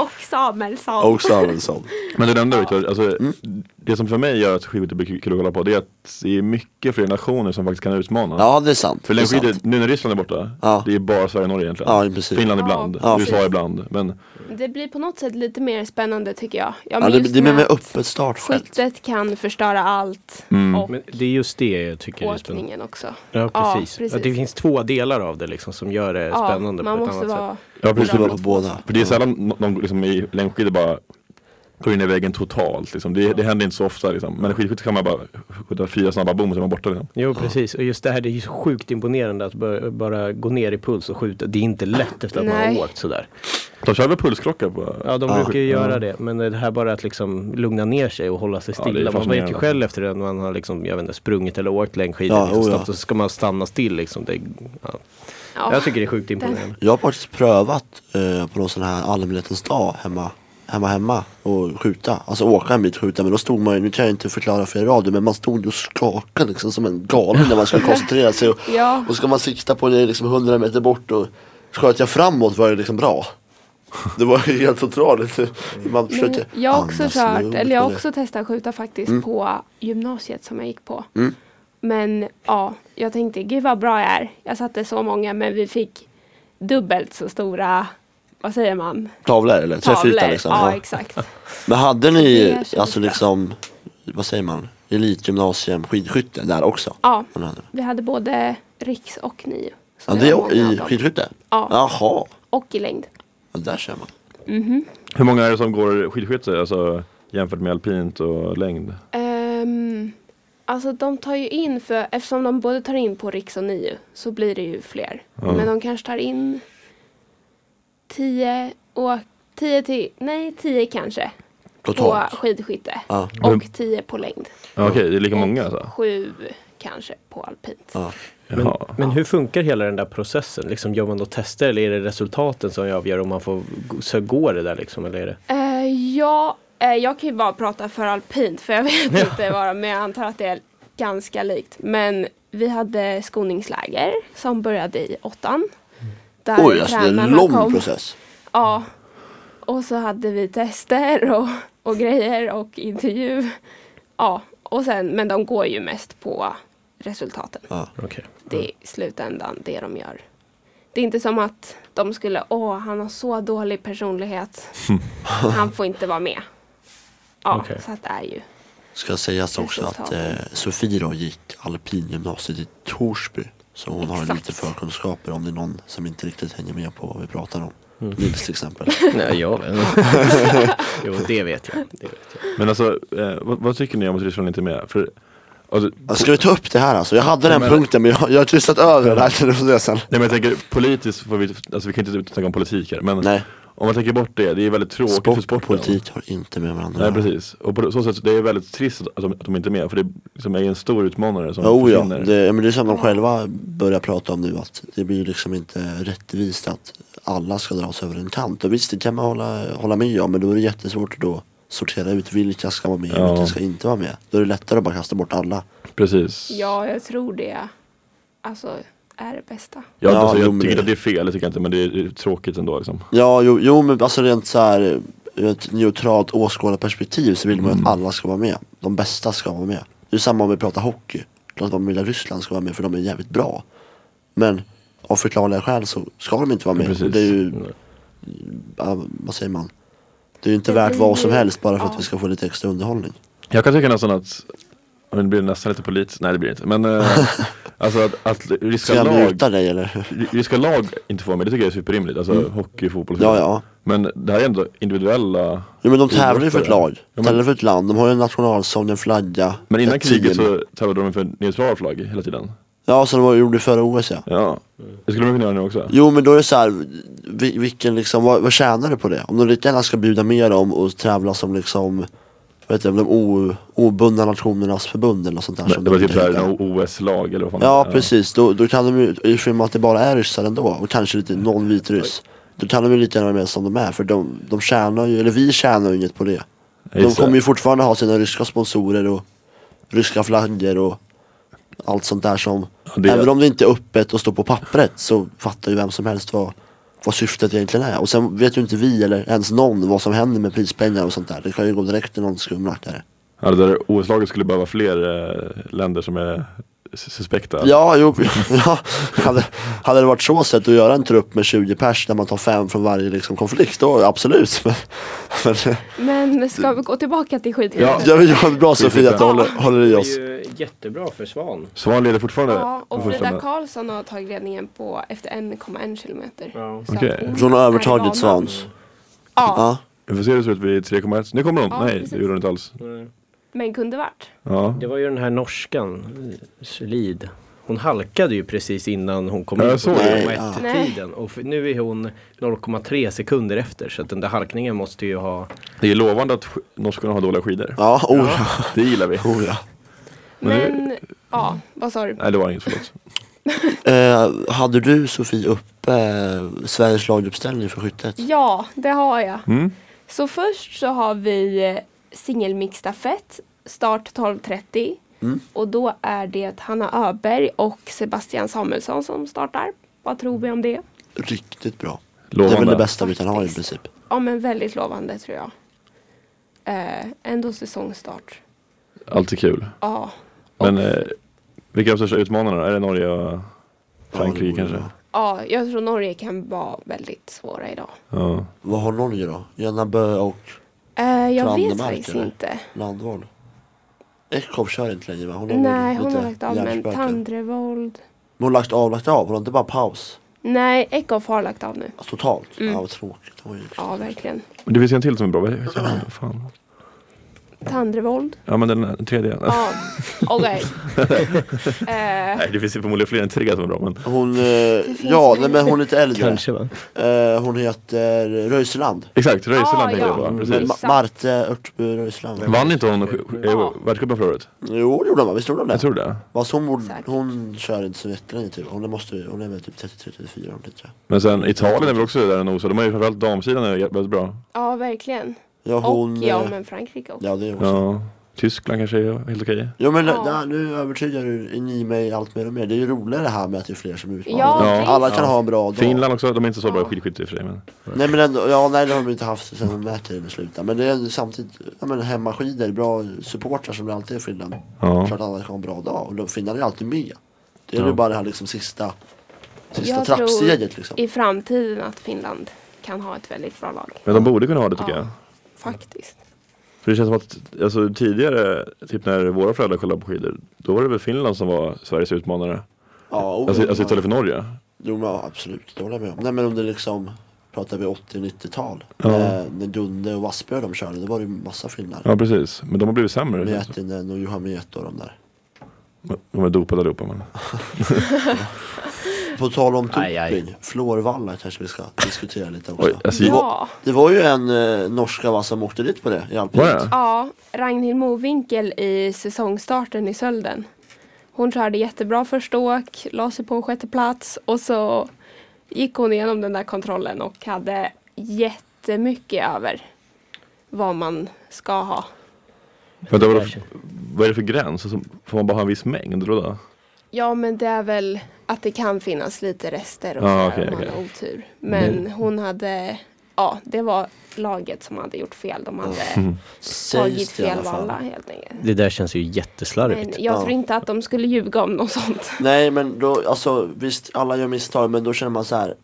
[SPEAKER 5] Och Samuelsson.
[SPEAKER 2] Och Samuelsson.
[SPEAKER 4] Men det nämnde Viktor, alltså,
[SPEAKER 2] Mm.
[SPEAKER 4] det som för mig gör att skidskytte blir kul att kolla på det är att det är mycket fler nationer som faktiskt kan utmana.
[SPEAKER 2] Ja det är sant.
[SPEAKER 4] För
[SPEAKER 2] det är sant.
[SPEAKER 4] längdskidor, nu när Ryssland är borta,
[SPEAKER 2] Ja.
[SPEAKER 4] det är bara Sverige och Norge egentligen.
[SPEAKER 2] Ja, precis.
[SPEAKER 4] Finland ibland,
[SPEAKER 5] Ja,
[SPEAKER 4] USA
[SPEAKER 5] precis.
[SPEAKER 4] ibland. Men
[SPEAKER 5] Det blir på något sätt lite mer spännande tycker jag. Jag
[SPEAKER 2] Ja, det,
[SPEAKER 5] minns
[SPEAKER 2] det är med, med
[SPEAKER 5] att
[SPEAKER 2] öppet startfält.
[SPEAKER 5] Skyttet kan förstöra allt.
[SPEAKER 4] Mm.
[SPEAKER 5] Och
[SPEAKER 3] Men det är just det jag tycker är spännande.
[SPEAKER 5] åkningen också.
[SPEAKER 3] Ja, precis.
[SPEAKER 5] Ja, precis.
[SPEAKER 3] Att det finns två delar av det liksom, som gör det
[SPEAKER 5] Ja,
[SPEAKER 3] spännande
[SPEAKER 5] man
[SPEAKER 3] på ett
[SPEAKER 5] måste
[SPEAKER 3] annat
[SPEAKER 5] vara...
[SPEAKER 3] sätt.
[SPEAKER 4] ja,
[SPEAKER 2] Det
[SPEAKER 4] precis,
[SPEAKER 2] måste
[SPEAKER 4] för,
[SPEAKER 2] vara på båda.
[SPEAKER 4] för det är sällan no- någon liksom, i längdskidor bara går in i väggen totalt. Liksom. Det, det händer inte så ofta. Liksom. Men i skidskytte kan man bara skjuta fyra snabba bom och så är man borta. Liksom.
[SPEAKER 3] Jo, precis. Och just det här, det är ju så sjukt imponerande att bara, bara gå ner i puls och skjuta. Det är inte lätt efter att man
[SPEAKER 5] Nej.
[SPEAKER 3] har åkt Mm. sådär.
[SPEAKER 4] De kör väl pulsklockor på...
[SPEAKER 3] Ja, de
[SPEAKER 2] Ja.
[SPEAKER 3] brukar ju
[SPEAKER 4] Ja.
[SPEAKER 3] göra det. Men det här bara att liksom lugna ner sig och hålla sig
[SPEAKER 4] Ja, det är
[SPEAKER 3] stilla. man vet ju
[SPEAKER 4] fascinerande.
[SPEAKER 3] själv efter det när man har liksom, jag vet inte, sprungit eller åkt längdskidor
[SPEAKER 2] Ja,
[SPEAKER 3] liksom,
[SPEAKER 2] oh ja.
[SPEAKER 3] snabbt, så ska man stanna still liksom. Det, ja.
[SPEAKER 5] Ja.
[SPEAKER 3] Jag tycker det är sjukt imponerande.
[SPEAKER 2] Jag har faktiskt prövat eh, på någon sån här allmänhetens dag hemma, hemma, hemma och skjuta. Alltså åka en bit och skjuta. Men då stod man ju, nu kan jag inte förklara för er i radio, men man stod ju och skakade liksom som en galen när man skulle koncentrera sig. Och,
[SPEAKER 5] Ja.
[SPEAKER 2] och ska man sikta på det liksom 100 meter bort och sköt jag framåt var det liksom bra. Det var ju helt otroligt. Man
[SPEAKER 5] Men
[SPEAKER 2] försökte
[SPEAKER 5] jag har också
[SPEAKER 2] andas
[SPEAKER 5] kört,
[SPEAKER 2] lugnt
[SPEAKER 5] eller jag har
[SPEAKER 2] och det. Mm.
[SPEAKER 5] också testat skjuta faktiskt på gymnasiet som jag gick på. Men ja, jag tänkte gud vad bra jag är. Jag satte så många men vi fick dubbelt så stora, vad säger man?
[SPEAKER 2] Tavlor eller träffyta
[SPEAKER 5] Tavlor.
[SPEAKER 2] liksom.
[SPEAKER 5] Ja,
[SPEAKER 2] Ja.
[SPEAKER 5] exakt.
[SPEAKER 2] Men hade
[SPEAKER 5] Det
[SPEAKER 2] ni,
[SPEAKER 5] känns
[SPEAKER 2] alltså
[SPEAKER 5] bra.
[SPEAKER 2] liksom, vad säger man, elitgymnasium skidskytte där också?
[SPEAKER 5] Ja,
[SPEAKER 2] Vad hade ni?
[SPEAKER 5] vi hade både riks och nio. Så
[SPEAKER 2] Ja,
[SPEAKER 5] vi
[SPEAKER 2] det
[SPEAKER 5] har
[SPEAKER 2] är
[SPEAKER 5] många av
[SPEAKER 2] i
[SPEAKER 5] dem.
[SPEAKER 2] skidskytte?
[SPEAKER 5] Ja.
[SPEAKER 2] Jaha,
[SPEAKER 5] Och i längd.
[SPEAKER 2] ja, där ser man.
[SPEAKER 4] Hur många är det som går skidskytte alltså, jämfört med alpint och längd?
[SPEAKER 5] Ehm, alltså de tar ju in, för eftersom de både tar in på Riks och NIU så blir det ju fler. Men de kanske tar in 10 och 10 till, nej 10 kanske
[SPEAKER 2] Totalt.
[SPEAKER 5] på skidskytte
[SPEAKER 2] Ja.
[SPEAKER 4] Men-
[SPEAKER 5] och 10 på längd.
[SPEAKER 4] Ja, Okej, det är lika många
[SPEAKER 5] Och
[SPEAKER 4] alltså?
[SPEAKER 5] 7 kanske på alpint.
[SPEAKER 2] Ja.
[SPEAKER 3] Men,
[SPEAKER 4] Jaha.
[SPEAKER 3] men hur funkar hela den där processen? Liksom, gör man då tester eller är det resultaten som avgör om man får g- så går det där liksom? Eller är det?
[SPEAKER 5] Eh, ja, eh, jag kan ju bara prata för alpint för jag vet inte vad de- men jag antar att det är ganska likt. Men vi hade skoningsläger som började i åttan. Där
[SPEAKER 2] Oj, alltså det är en
[SPEAKER 5] tränarna
[SPEAKER 2] lång
[SPEAKER 5] kom.
[SPEAKER 2] process.
[SPEAKER 5] Ja. Och så hade vi tester och, och grejer och intervju. Ja, och sen, men de går ju mest på resultaten.
[SPEAKER 2] Ja.
[SPEAKER 3] Okej.
[SPEAKER 5] Det är i slutändan det de gör. Det är inte som att de skulle, åh, han har så dålig personlighet. Han får inte vara med. Ja,
[SPEAKER 3] Okej.
[SPEAKER 5] så att det är ju.
[SPEAKER 2] Ska sägas också att eh, Sofie då gick alpingymnasiet i Torsby. Så hon har
[SPEAKER 5] Exakt.
[SPEAKER 2] lite förkunskaper om det är någon som inte riktigt hänger med på vad vi pratar om. Nils till exempel.
[SPEAKER 3] Nej, jag vet Jo, det vet jag. Det vet jag.
[SPEAKER 4] Men alltså, eh, vad, vad tycker ni om att Ryssland inte är med? För, alltså,
[SPEAKER 2] Ja, Ska vi ta upp det här alltså? Jag hade den
[SPEAKER 4] men-
[SPEAKER 2] punkten men jag, jag har tystat över den här till processen.
[SPEAKER 4] Nej men jag tänker politiskt, får vi, alltså vi kan inte snacka om politik här men
[SPEAKER 2] Nej.
[SPEAKER 4] om man tänker bort det, det är väldigt tråkigt för
[SPEAKER 2] Sport och
[SPEAKER 4] sporten.
[SPEAKER 2] politik Mm. har inte med varandra
[SPEAKER 4] Nej
[SPEAKER 2] att göra.
[SPEAKER 4] precis, och på så sätt det är väldigt trist att de, att de inte är med för det liksom är en stor utmanare som
[SPEAKER 2] Ja, oh ja,
[SPEAKER 4] försvinner.
[SPEAKER 2] det, men det är som de själva börjar prata om nu att det blir ju liksom inte rättvist att alla ska dras över en kant. Och visst, det kan man hålla, hålla med om, men då är det jättesvårt att då sortera ut vilka ska vara med och
[SPEAKER 4] Ja.
[SPEAKER 2] vilka ska inte vara med. Då är det lättare att bara kasta bort alla.
[SPEAKER 4] Precis.
[SPEAKER 5] Ja, jag tror det. Alltså, är det bästa.
[SPEAKER 4] Jag,
[SPEAKER 2] Ja,
[SPEAKER 4] alltså,
[SPEAKER 2] jo,
[SPEAKER 4] jag
[SPEAKER 2] men
[SPEAKER 4] tycker
[SPEAKER 2] det-
[SPEAKER 4] inte att det är fel, det tycker jag inte, men det är, det är tråkigt ändå liksom.
[SPEAKER 2] Ja, jo, jo men alltså rent så här ur ett neutralt åskådarperspektiv så vill man
[SPEAKER 4] Mm.
[SPEAKER 2] ju att alla ska vara med. De bästa ska vara med. Det är samma om vi pratar hockey. Klart man vill att Ryssland ska vara med för de är jävligt bra. Men av förklarliga skäl så ska de inte vara med.
[SPEAKER 4] precis. Mm.
[SPEAKER 2] Och det är ju, ja, vad säger man? Det är ju inte
[SPEAKER 5] Det
[SPEAKER 2] värt
[SPEAKER 5] blir
[SPEAKER 2] vad som
[SPEAKER 5] ju-
[SPEAKER 2] helst bara för att
[SPEAKER 5] ja.
[SPEAKER 2] vi ska få lite extra underhållning.
[SPEAKER 4] Jag kan tycka nästan att, och det blir nästan lite politiskt, nej det blir det inte, men eh, alltså att, att
[SPEAKER 2] Ska
[SPEAKER 4] ryska
[SPEAKER 2] jag
[SPEAKER 4] lag,
[SPEAKER 2] muta dig eller?
[SPEAKER 4] ryska lag inte får vara med, det tycker jag är superrimligt, alltså hockey, fotboll och så
[SPEAKER 2] Mm. Ja,
[SPEAKER 4] vidare.
[SPEAKER 2] ja.
[SPEAKER 4] Men det här är ändå individuella
[SPEAKER 2] Jo men de tävlar ju för ett
[SPEAKER 4] Idrottare.
[SPEAKER 2] lag.
[SPEAKER 4] men-
[SPEAKER 2] Tävlar för ett land. De har ju en nationalsång, en flagga.
[SPEAKER 4] Men innan
[SPEAKER 2] ett
[SPEAKER 4] kriget
[SPEAKER 2] team.
[SPEAKER 4] så tävlade de för en neutral flagg hela tiden.
[SPEAKER 2] Ja, som de gjorde förra OS ja.
[SPEAKER 4] Ja, det skulle de kunna göra nu också.
[SPEAKER 2] Jo men då är det så här, vi- vilken liksom, vad, vad tjänar du på det? Om de lika gärna ska bjuda med dem och tävla som liksom Vet du, de o, obundna nationernas förbund eller något sånt där
[SPEAKER 4] Men
[SPEAKER 2] som
[SPEAKER 4] Det var
[SPEAKER 2] de
[SPEAKER 4] typ såhär
[SPEAKER 2] heter.
[SPEAKER 4] en OS-lag eller vad fan
[SPEAKER 2] Ja
[SPEAKER 4] det är.
[SPEAKER 2] precis, då, då kan de ju, i och med att det bara är ryssar ändå och kanske lite någon vit ryss Då kan de ju lika gärna vara med som de är för de, de tjänar ju, eller vi tjänar ju inget på det De
[SPEAKER 4] Just det.
[SPEAKER 2] kommer ju fortfarande ha sina ryska sponsorer och ryska flaggor och allt sånt där som
[SPEAKER 4] det-
[SPEAKER 2] Även om det inte är öppet och står på pappret så fattar ju vem som helst vad, vad syftet egentligen är. Och sen vet ju inte vi eller ens någon vad som händer med prispengar och sånt där. Det kan ju gå direkt till någon skumrackare.
[SPEAKER 4] Ja, det där OS-laget skulle behöva fler eh, länder som är s- suspekta.
[SPEAKER 2] Ja, jo, ja. Hade, hade det varit så sätt att göra en trupp med 20 pers där man tar fem från varje liksom, konflikt, då absolut. Men, men
[SPEAKER 5] Men ska vi gå tillbaka till skidor?
[SPEAKER 4] Ja.
[SPEAKER 2] jag vill ju bra Sofia att du håller, håller i
[SPEAKER 3] Det
[SPEAKER 2] oss.
[SPEAKER 3] är ju jättebra för Svan.
[SPEAKER 4] Svan leder fortfarande.
[SPEAKER 5] Ja, och Frida
[SPEAKER 4] fortfarande.
[SPEAKER 5] Karlsson har tagit ledningen på efter 1,1 kilometer.
[SPEAKER 3] Ja.
[SPEAKER 5] Så att
[SPEAKER 4] Okej.
[SPEAKER 5] hon
[SPEAKER 2] Så hon har
[SPEAKER 5] är i
[SPEAKER 2] övertagit
[SPEAKER 5] banan.
[SPEAKER 2] Svans.
[SPEAKER 5] Ja,
[SPEAKER 2] Ja.
[SPEAKER 4] Vi får se hur det ser ut vid 3,1. Nu kommer de.
[SPEAKER 5] Ja,
[SPEAKER 4] Nej,
[SPEAKER 5] precis.
[SPEAKER 4] det gjorde de inte alls.
[SPEAKER 5] men kunde varit.
[SPEAKER 4] Ja.
[SPEAKER 3] Det var ju den här norskan, Slid. Hon halkade ju precis innan hon kom
[SPEAKER 4] Ja,
[SPEAKER 3] in
[SPEAKER 4] jag
[SPEAKER 3] på
[SPEAKER 4] såg
[SPEAKER 2] det.
[SPEAKER 3] 1-tiden. Och f- nu är hon 0,3 sekunder efter. Så att den där halkningen måste ju ha...
[SPEAKER 4] Det är lovande att sk- norskorna har dåliga skidor.
[SPEAKER 2] Ja, oh, ja.
[SPEAKER 4] Det gillar vi.
[SPEAKER 2] Oh, ja.
[SPEAKER 5] Men, ja, vad sa du?
[SPEAKER 4] Nej, det var inget. Förlåt.
[SPEAKER 2] Eh, hade du Sofie uppe eh, Sveriges laguppställning för skyttet?
[SPEAKER 5] Ja, det har jag.
[SPEAKER 4] Mm.
[SPEAKER 5] Så först så har vi eh, singelmixstafett, start 12.30.
[SPEAKER 2] Mm.
[SPEAKER 5] Och då är det Hanna Öberg och Sebastian Samuelsson som startar. Vad tror vi om det?
[SPEAKER 2] Riktigt bra. Det är väl det
[SPEAKER 4] Lovande.
[SPEAKER 2] bästa vi kan ha i princip.
[SPEAKER 5] Ja, men väldigt lovande tror jag. Eh, ändå säsongstart.
[SPEAKER 4] Alltid kul.
[SPEAKER 5] Ja,
[SPEAKER 4] Men eh, vilka är de största utmanarna? då? Är det Norge och
[SPEAKER 2] Ja,
[SPEAKER 4] Frankrike
[SPEAKER 2] det vore
[SPEAKER 4] kanske?
[SPEAKER 2] bra.
[SPEAKER 5] ja, jag tror Norge kan vara väldigt svåra idag.
[SPEAKER 4] Ja.
[SPEAKER 2] Vad har Norge då? Jennabö och
[SPEAKER 5] Eh, jag vet
[SPEAKER 2] Brandemark,
[SPEAKER 5] faktiskt
[SPEAKER 2] eller?
[SPEAKER 5] inte.
[SPEAKER 2] Landvold? Ekhoff kör inte längre va? Hon har
[SPEAKER 5] Nej,
[SPEAKER 2] väl
[SPEAKER 5] hon
[SPEAKER 2] lite
[SPEAKER 5] har lagt av. Men
[SPEAKER 2] hjärnspöken.
[SPEAKER 5] Tandrevold.
[SPEAKER 2] Men hon har lagt av, lagt av? Hon har inte bara paus?
[SPEAKER 5] Nej, Eckhoff har lagt av nu.
[SPEAKER 2] Alltså, totalt? Ja, vad tråkigt. Det var ju
[SPEAKER 5] Mm. Ja, verkligen.
[SPEAKER 4] Men Det finns en till som är bra. Vad heter han? Fan.
[SPEAKER 5] Tandrevold.
[SPEAKER 4] Ja men den tredje.
[SPEAKER 5] Ja, okej. Eh,
[SPEAKER 4] Nej det finns ju förmodligen fler än tre som är bra men
[SPEAKER 2] hon, eh, ja, nej, men hon är lite äldre.
[SPEAKER 3] va?
[SPEAKER 2] Eh, hon heter Röiseland.
[SPEAKER 4] Exakt, Röiseland
[SPEAKER 5] Ja,
[SPEAKER 4] tänkte jag
[SPEAKER 5] ja. Mm.
[SPEAKER 4] på.
[SPEAKER 2] Men
[SPEAKER 4] Precis.
[SPEAKER 2] Ma-
[SPEAKER 5] Exakt.
[SPEAKER 2] Marte Örtby Röiseland.
[SPEAKER 4] Vann inte hon sk-
[SPEAKER 5] Ja.
[SPEAKER 4] eh, världscupen förra året?
[SPEAKER 2] Jo, det gjorde hon va? Visst gjorde hon det?
[SPEAKER 4] Jag tror det.
[SPEAKER 2] Fast hon, borde,
[SPEAKER 5] Säkert.
[SPEAKER 2] hon kör inte så jättelänge typ. Hon, måste, hon är väl typ 30-34 om det tror jag.
[SPEAKER 4] Men sen Italien är väl också där och nosar. De har ju framförallt damsidan är jä- väldigt bra.
[SPEAKER 5] ja, verkligen.
[SPEAKER 2] Ja, hon,
[SPEAKER 5] Och ja,
[SPEAKER 2] eh,
[SPEAKER 5] men Frankrike också.
[SPEAKER 2] ja det är också.
[SPEAKER 4] Ja. Tyskland kanske är helt okej.
[SPEAKER 2] Jo men
[SPEAKER 5] Ja.
[SPEAKER 2] där, nu övertygar du ni mig allt mer och mer. Det är ju roligare det här med att det är fler som utmanar.
[SPEAKER 5] Ja,
[SPEAKER 4] Ja.
[SPEAKER 2] Alla kan
[SPEAKER 4] Ja.
[SPEAKER 2] ha en bra dag.
[SPEAKER 4] Finland också, de är inte så bra i
[SPEAKER 5] Ja.
[SPEAKER 4] skidskytte i och för sig men.
[SPEAKER 2] Nej men ändå, ja nej det har vi inte haft sen mättiden slutade. Men det är ju samtidigt, ja men hemmaskidor, bra supportrar som det alltid är i Finland.
[SPEAKER 4] Ja.
[SPEAKER 2] Klart alla kan ha en bra dag. Och de, Finland är alltid med. Det är
[SPEAKER 4] Ja.
[SPEAKER 2] ju bara det här liksom sista, sista
[SPEAKER 5] Jag tror-
[SPEAKER 2] trappsteget liksom.
[SPEAKER 5] I framtiden att Finland kan ha ett väldigt bra lag.
[SPEAKER 4] Men de borde kunna ha det tycker
[SPEAKER 5] Ja.
[SPEAKER 4] jag.
[SPEAKER 5] Faktiskt.
[SPEAKER 4] För det känns som att alltså, tidigare, typ när våra föräldrar kollade på skidor, då var det väl Finland som var Sveriges utmanare.
[SPEAKER 2] Ja, oh,
[SPEAKER 4] Alltså,
[SPEAKER 2] ja.
[SPEAKER 4] alltså istället för Norge.
[SPEAKER 2] Jo men ja, absolut, det håller jag med om. Nej men under liksom, pratar vi 80-90-tal.
[SPEAKER 4] Ja.
[SPEAKER 2] Eh, när Dunde och Wassberg de körde, då var det ju massa finnar.
[SPEAKER 4] Ja precis, men de har blivit sämre. känns det som.
[SPEAKER 2] Mätinen och Johan Mieto och de där.
[SPEAKER 4] De är dopade allihopa men.
[SPEAKER 2] På tal om
[SPEAKER 3] Aj, aj.
[SPEAKER 2] doping, Florvalla kanske vi ska diskutera lite också.
[SPEAKER 4] Oj, alltså,
[SPEAKER 5] Ja,
[SPEAKER 2] Det var ju en eh, norska va som åkte dit på det i alpint.
[SPEAKER 4] Var det?
[SPEAKER 5] ja Ragnhild Mowinckel i säsongstarten i Sölden. Hon körde jättebra första åk, la sig på en sjätte plats och så gick hon igenom den där kontrollen och hade jättemycket över vad man ska ha.
[SPEAKER 4] Vänta, vadå, vad är det för gräns? Alltså, får man bara ha en viss mängd? Då?
[SPEAKER 5] Ja men det är väl att det kan finnas lite rester och
[SPEAKER 4] Ja,
[SPEAKER 5] sådär
[SPEAKER 4] okej,
[SPEAKER 5] om man
[SPEAKER 4] okej.
[SPEAKER 5] har otur. Men
[SPEAKER 4] Men-
[SPEAKER 5] hon hade, ja det var laget som hade gjort fel. De hade
[SPEAKER 4] Mm.
[SPEAKER 5] tagit
[SPEAKER 2] Sägs det i
[SPEAKER 5] fel
[SPEAKER 2] alla fall.
[SPEAKER 5] valla helt enkelt.
[SPEAKER 3] Det där känns ju
[SPEAKER 5] Men
[SPEAKER 3] jätteslarvigt.
[SPEAKER 5] jag
[SPEAKER 2] Ja.
[SPEAKER 5] tror inte att de skulle ljuga om något sånt.
[SPEAKER 2] Nej men då, alltså visst alla gör misstag men då känner man så här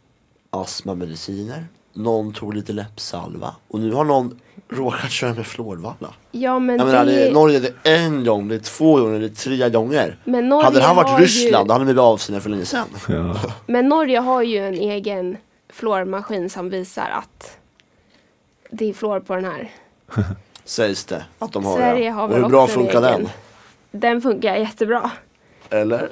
[SPEAKER 2] astmamediciner, någon tog lite läppsalva och nu har någon råkat köra med fluorvalla.
[SPEAKER 5] Ja men,
[SPEAKER 2] Jag menar, det
[SPEAKER 5] det,
[SPEAKER 2] är Norge det är en gång, det är två gånger, det är tre gånger.
[SPEAKER 5] men Norge
[SPEAKER 2] hade det här
[SPEAKER 5] har
[SPEAKER 2] varit Ryssland, då
[SPEAKER 5] Ju,
[SPEAKER 2] hade vi blivit avsända för länge sedan.
[SPEAKER 4] Ja.
[SPEAKER 5] men Norge har ju en egen fluormaskin som visar att det är fluor på den här.
[SPEAKER 2] Sägs det att de har
[SPEAKER 5] Sverige
[SPEAKER 2] ja.
[SPEAKER 5] har
[SPEAKER 2] Och
[SPEAKER 5] väl
[SPEAKER 2] hur bra
[SPEAKER 5] också en
[SPEAKER 2] funkar
[SPEAKER 5] egen.
[SPEAKER 2] den?
[SPEAKER 5] Den funkar jättebra.
[SPEAKER 2] Eller?